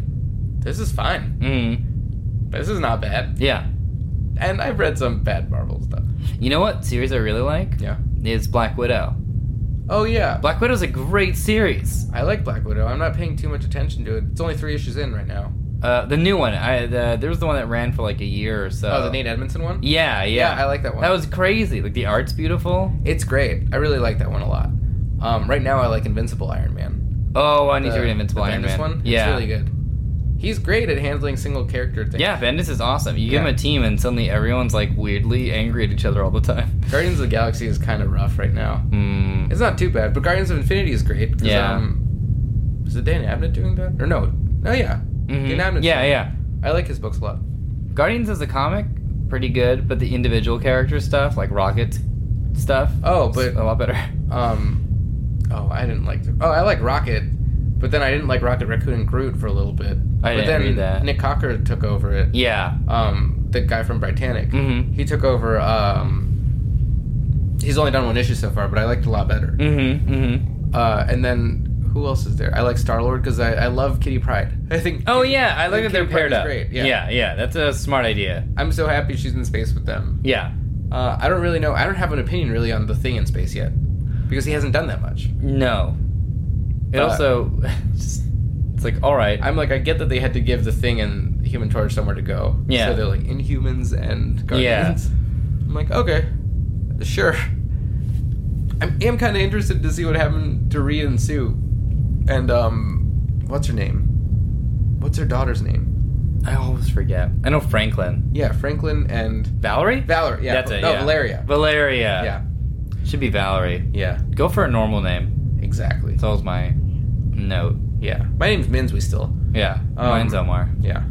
[SPEAKER 4] this is fine.
[SPEAKER 2] mm,
[SPEAKER 4] This is not bad.
[SPEAKER 2] yeah.
[SPEAKER 4] And I've read some bad Marvel stuff.
[SPEAKER 2] You know what series I really like
[SPEAKER 4] Yeah.
[SPEAKER 2] is Black Widow.
[SPEAKER 4] Oh yeah.
[SPEAKER 2] Black Widow's a great series.
[SPEAKER 4] I like Black Widow. I'm not paying too much attention to it. It's only three issues in right now.
[SPEAKER 2] Uh, the new one, I the, there was the one that ran for like a year or so.
[SPEAKER 4] Oh, the Nate Edmondson one.
[SPEAKER 2] Yeah, yeah,
[SPEAKER 4] I like that one.
[SPEAKER 2] That was crazy. Like the art's beautiful.
[SPEAKER 4] It's great. I really like that one a lot. Um, right now, I like Invincible Iron Man.
[SPEAKER 2] Oh, I need to
[SPEAKER 4] The-
[SPEAKER 2] read Invincible
[SPEAKER 4] the
[SPEAKER 2] Iron
[SPEAKER 4] Bendis
[SPEAKER 2] Man.
[SPEAKER 4] One.
[SPEAKER 2] Yeah,
[SPEAKER 4] it's really good. He's great at handling single character things.
[SPEAKER 2] yeah. Bendis is awesome. You give
[SPEAKER 4] Yeah.
[SPEAKER 2] him a team, and suddenly everyone's like weirdly angry at each other all the time.
[SPEAKER 4] Guardians of the Galaxy is kind of rough right now.
[SPEAKER 2] Hmm.
[SPEAKER 4] It's not too bad, but Guardians of Infinity is great. 'cause,
[SPEAKER 2] Yeah.
[SPEAKER 4] Um, is it Dan Abnett doing that? Or no? No, yeah.
[SPEAKER 2] Mhm.
[SPEAKER 4] Dan Abnett's
[SPEAKER 2] Yeah,
[SPEAKER 4] doing it.
[SPEAKER 2] yeah.
[SPEAKER 4] I like his books a lot.
[SPEAKER 2] Guardians as a comic, pretty good, but the individual character stuff, like Rocket stuff,
[SPEAKER 4] Oh,
[SPEAKER 2] is a
[SPEAKER 4] but
[SPEAKER 2] lot better.
[SPEAKER 4] um, oh, I didn't like. Oh, I like Rocket, but then I didn't like Rocket Raccoon and Groot for a little bit.
[SPEAKER 2] I
[SPEAKER 4] but
[SPEAKER 2] didn't
[SPEAKER 4] then
[SPEAKER 2] read that.
[SPEAKER 4] Nick Cocker took over it.
[SPEAKER 2] Yeah.
[SPEAKER 4] um, the guy from Britannic.
[SPEAKER 2] Mhm.
[SPEAKER 4] He took over. Um, he's only done one issue so far, but I liked it a lot better.
[SPEAKER 2] Mm-hmm. Mm-hmm.
[SPEAKER 4] Uh, and then who else is there? I like Star Lord because I, I love Kitty Pride. I think.
[SPEAKER 2] Oh yeah, I like that
[SPEAKER 4] think
[SPEAKER 2] they're
[SPEAKER 4] Kitty Pryde
[SPEAKER 2] paired
[SPEAKER 4] is
[SPEAKER 2] up.
[SPEAKER 4] Great. Yeah.
[SPEAKER 2] Yeah. yeah, that's a smart idea.
[SPEAKER 4] I'm so happy she's in space with them.
[SPEAKER 2] Yeah.
[SPEAKER 4] Uh, I don't really know. I don't have an opinion really on the thing in space yet because he hasn't done that much.
[SPEAKER 2] No. It
[SPEAKER 4] Uh,
[SPEAKER 2] also, just, it's like all right.
[SPEAKER 4] I'm like, I get that they had to give the thing and Human Torch somewhere to go.
[SPEAKER 2] Yeah.
[SPEAKER 4] So they're like Inhumans and
[SPEAKER 2] Yeah.
[SPEAKER 4] Guardians. I'm like, okay, sure. I'm, am kind of interested to see what happened to Rhea and Sue, and um, what's her name? What's her daughter's name?
[SPEAKER 2] I always forget. I know Franklin.
[SPEAKER 4] Yeah, Franklin and
[SPEAKER 2] Valerie.
[SPEAKER 4] Valerie. Yeah,
[SPEAKER 2] that's
[SPEAKER 4] Val-
[SPEAKER 2] it.
[SPEAKER 4] no,
[SPEAKER 2] yeah.
[SPEAKER 4] Valeria.
[SPEAKER 2] Valeria.
[SPEAKER 4] yeah,
[SPEAKER 2] Should be Valerie.
[SPEAKER 4] yeah,
[SPEAKER 2] Go for a normal name.
[SPEAKER 4] exactly.
[SPEAKER 2] That's always my note.
[SPEAKER 4] Yeah, my name's Minsley still.
[SPEAKER 2] Yeah.
[SPEAKER 4] Um,
[SPEAKER 2] Mine's Omar.
[SPEAKER 4] Yeah.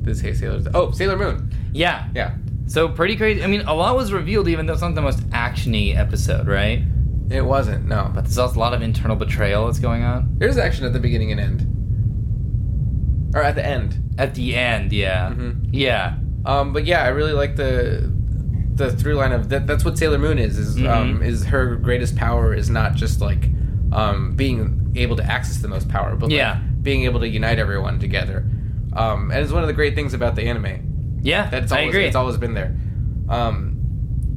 [SPEAKER 4] This hey Sailor's. Oh, Sailor Moon.
[SPEAKER 2] Yeah.
[SPEAKER 4] Yeah.
[SPEAKER 2] So pretty crazy. I mean, a lot was revealed, even though it's not the most actiony episode, right?
[SPEAKER 4] It wasn't. No.
[SPEAKER 2] But there's also a lot of internal betrayal that's going on
[SPEAKER 4] There's action at the beginning and end. Or at the end.
[SPEAKER 2] at the end. Yeah.
[SPEAKER 4] Mhm.
[SPEAKER 2] Yeah.
[SPEAKER 4] Um, but yeah, I really like the the through line of that that's what Sailor Moon is is um,
[SPEAKER 2] Mhm.
[SPEAKER 4] is her greatest power is not just like um, being able to access the most power, but like,
[SPEAKER 2] Yeah.
[SPEAKER 4] being able to unite everyone together. Um, and it's one of the great things about the anime.
[SPEAKER 2] Yeah.
[SPEAKER 4] That's
[SPEAKER 2] I
[SPEAKER 4] always
[SPEAKER 2] agree.
[SPEAKER 4] it's always been there. Um,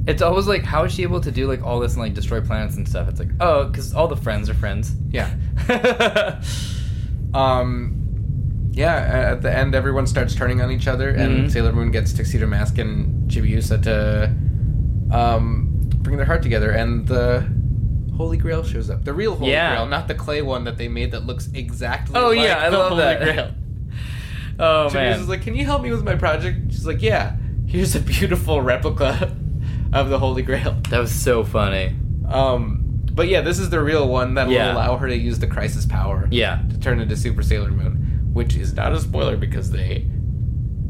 [SPEAKER 2] It's always like, how is she able to do like all this and like destroy planets and stuff? It's like, oh, because all the friends are friends.
[SPEAKER 4] yeah. Um yeah, a- at the end everyone starts turning on each other and
[SPEAKER 2] Mhm.
[SPEAKER 4] Sailor Moon gets Tuxedo Mask and Chibiusa to um, bring their heart together and the Holy Grail shows up. The real Holy
[SPEAKER 2] Yeah.
[SPEAKER 4] Grail, not the clay one that they made that looks exactly
[SPEAKER 2] oh
[SPEAKER 4] like
[SPEAKER 2] yeah, I
[SPEAKER 4] the
[SPEAKER 2] love
[SPEAKER 4] Holy
[SPEAKER 2] that.
[SPEAKER 4] Grail.
[SPEAKER 2] oh
[SPEAKER 4] Chibiusa's
[SPEAKER 2] man,
[SPEAKER 4] like, "Can you help me with my project?" She's like, "Yeah. Here's a beautiful replica of the Holy Grail."
[SPEAKER 2] that was so funny.
[SPEAKER 4] Um, but yeah, this is the real one that will
[SPEAKER 2] Yeah.
[SPEAKER 4] allow her to use the crisis power
[SPEAKER 2] Yeah,
[SPEAKER 4] to turn into Super Sailor Moon, which is not a spoiler because they,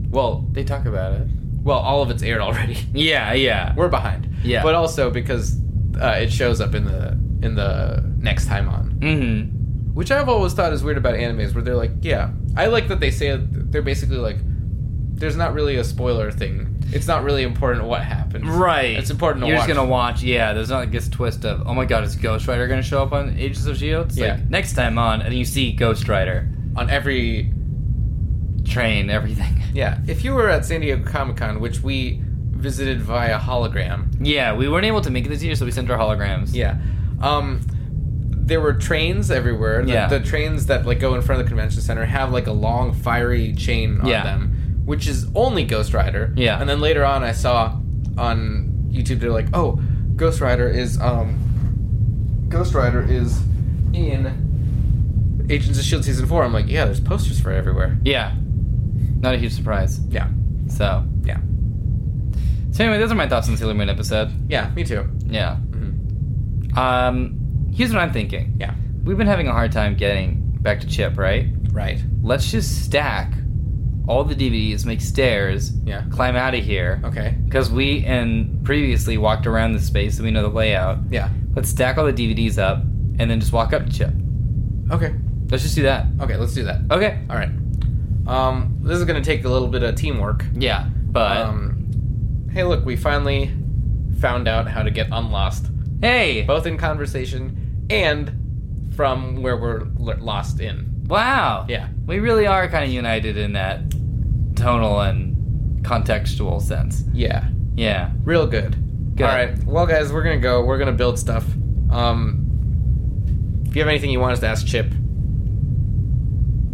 [SPEAKER 4] well,
[SPEAKER 2] they talk about it.
[SPEAKER 4] well, all of it's aired already.
[SPEAKER 2] Yeah, yeah,
[SPEAKER 4] We're behind.
[SPEAKER 2] Yeah.
[SPEAKER 4] But also because uh, it shows up in the in the next time on,
[SPEAKER 2] mm-hmm.
[SPEAKER 4] which I've always thought is weird about animes, where they're like, yeah, I like that they say they're basically like, there's not really a spoiler thing. It's not really important what happens.
[SPEAKER 2] right.
[SPEAKER 4] It's important to
[SPEAKER 2] You're
[SPEAKER 4] watch.
[SPEAKER 2] just gonna watch. Yeah, there's not like this twist of, oh my god, is Ghost Rider gonna show up on Ages of Shield? E It's
[SPEAKER 4] Yeah.
[SPEAKER 2] Like, next time on, and you see Ghost Rider,
[SPEAKER 4] on every
[SPEAKER 2] train, everything.
[SPEAKER 4] yeah. If you were at San Diego Comic Con, which we visited via hologram,
[SPEAKER 2] Yeah, we weren't able to make it this year, so we sent our holograms.
[SPEAKER 4] Yeah. Um, there were trains everywhere. The,
[SPEAKER 2] Yeah.
[SPEAKER 4] the trains that like go in front of the convention center have like a long fiery chain on
[SPEAKER 2] Yeah.
[SPEAKER 4] them, which is only Ghost Rider.
[SPEAKER 2] Yeah.
[SPEAKER 4] And then later on, I saw on YouTube they're like, "Oh, Ghost Rider is um Ghost Rider is in Agents of Shield E season four. I'm like, yeah, there's posters for it everywhere.
[SPEAKER 2] Yeah. Not a huge surprise.
[SPEAKER 4] Yeah,
[SPEAKER 2] So.
[SPEAKER 4] yeah,
[SPEAKER 2] So anyway, those are my thoughts on Sailor Moon episode.
[SPEAKER 4] yeah. Me too.
[SPEAKER 2] Yeah.
[SPEAKER 4] Mhm.
[SPEAKER 2] Um, here's what I'm thinking.
[SPEAKER 4] Yeah,
[SPEAKER 2] We've been having a hard time getting back to Chip, right?
[SPEAKER 4] right.
[SPEAKER 2] Let's just stack all the DVDs, make stairs,
[SPEAKER 4] Yeah.
[SPEAKER 2] climb out of here.
[SPEAKER 4] Okay.
[SPEAKER 2] Because we and previously walked around the space, so we know the layout.
[SPEAKER 4] Yeah.
[SPEAKER 2] Let's stack all the DVDs up and then just walk up to Chip.
[SPEAKER 4] Okay.
[SPEAKER 2] Let's just do that.
[SPEAKER 4] Okay. Let's do that.
[SPEAKER 2] Okay.
[SPEAKER 4] All right. Um, this is gonna take a little bit of teamwork.
[SPEAKER 2] Yeah, but
[SPEAKER 4] Um, hey, look, we finally found out how to get unlost,
[SPEAKER 2] hey,
[SPEAKER 4] both in conversation and from where we're l- lost in.
[SPEAKER 2] wow.
[SPEAKER 4] Yeah.
[SPEAKER 2] we really are kind of united in that tonal and contextual sense.
[SPEAKER 4] Yeah.
[SPEAKER 2] Yeah.
[SPEAKER 4] Real good.
[SPEAKER 2] Good.
[SPEAKER 4] All right. Well, guys, we're gonna go. We're gonna build stuff. Um, if you have anything you want us to ask Chip,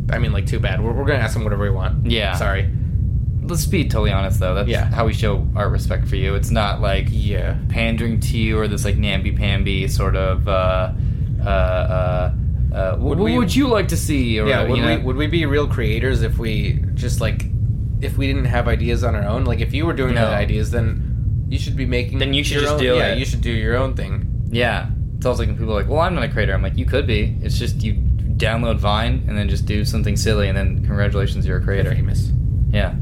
[SPEAKER 4] I mean, like, too bad. We're, we're gonna ask him whatever we want.
[SPEAKER 2] Yeah.
[SPEAKER 4] Sorry.
[SPEAKER 2] Let's be totally honest, though. That's
[SPEAKER 4] Yeah.
[SPEAKER 2] how we show our respect for you. It's not like
[SPEAKER 4] Yeah.
[SPEAKER 2] pandering to you or this like namby-pamby sort of. Uh, uh, uh, uh,
[SPEAKER 4] Would
[SPEAKER 2] would what
[SPEAKER 4] we-
[SPEAKER 2] would you like to see? Or,
[SPEAKER 4] Yeah.
[SPEAKER 2] you
[SPEAKER 4] Would
[SPEAKER 2] know?
[SPEAKER 4] we would we be real creators if we just like if we didn't have ideas on our own? Like, if you were doing
[SPEAKER 2] No.
[SPEAKER 4] the ideas, then you should be making.
[SPEAKER 2] Then you should
[SPEAKER 4] your
[SPEAKER 2] just
[SPEAKER 4] own-
[SPEAKER 2] do
[SPEAKER 4] Yeah.
[SPEAKER 2] it.
[SPEAKER 4] You should do your own thing.
[SPEAKER 2] Yeah. It's also like when people are like, well, I'm not a creator. I'm like, you could be. It's just you download Vine and then just do something silly, and then congratulations, you're a creator.
[SPEAKER 4] Famous.
[SPEAKER 2] Yeah.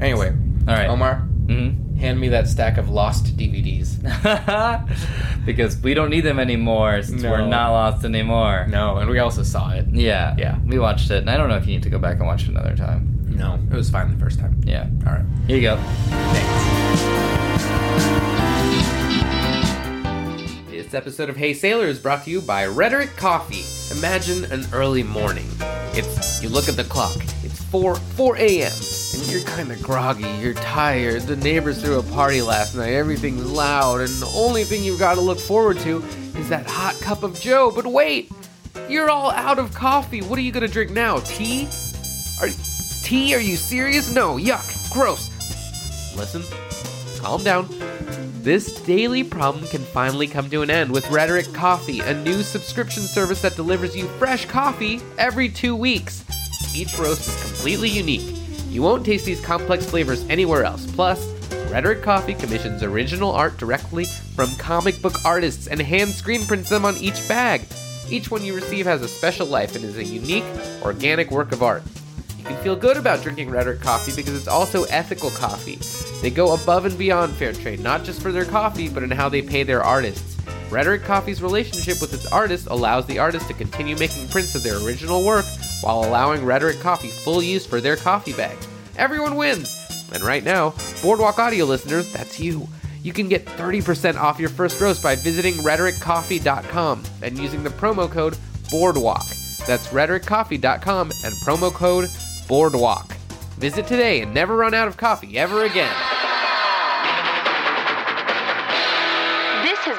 [SPEAKER 4] Anyway.
[SPEAKER 2] All right.
[SPEAKER 4] Omar,
[SPEAKER 2] Mm-hmm.
[SPEAKER 4] hand me that stack of lost DVDs.
[SPEAKER 2] because we don't need them anymore since
[SPEAKER 4] No.
[SPEAKER 2] we're not lost anymore.
[SPEAKER 4] No, and we also saw it.
[SPEAKER 2] Yeah.
[SPEAKER 4] Yeah.
[SPEAKER 2] We watched it, and I don't know if you need to go back and watch it another time.
[SPEAKER 4] No, it was fine the first time.
[SPEAKER 2] Yeah.
[SPEAKER 4] All right.
[SPEAKER 2] Here you go.
[SPEAKER 4] Thanks. This episode of Hey Sailor is brought to you by Rhetoric Coffee. Imagine an early morning. It's you look at the clock. It's four four a.m. and you're kind of groggy. You're tired. The neighbors threw a party last night. Everything's loud, and the only thing you've got to look forward to is that hot cup of Joe. But wait, you're all out of coffee. What are you gonna drink now? Tea? Are tea? Are you serious? No. Yuck. Gross. Listen, calm down. This daily problem can finally come to an end with Rhetoric Coffee, a new subscription service that delivers you fresh coffee every two weeks. Each roast is completely unique. You won't taste these complex flavors anywhere else. Plus, Rhetoric Coffee commissions original art directly from comic book artists and hand screen prints them on each bag. Each one you receive has a special life and is a unique, organic work of art. You can feel good about drinking Rhetoric coffee because it's also ethical coffee. They go above and beyond fair trade, not just for their coffee, but in how they pay their artists. Rhetoric Coffee's relationship with its artists allows the artist to continue making prints of their original work while allowing Rhetoric Coffee full use for their coffee bag. Everyone wins! And right now, Boardwalk Audio listeners, that's you. You can get 30% off your first roast by visiting rhetoriccoffee.com and using the promo code BOARDWALK. That's rhetoriccoffee.com and promo code BOARDWALK. Visit today and never run out of coffee ever again.
[SPEAKER 1] This has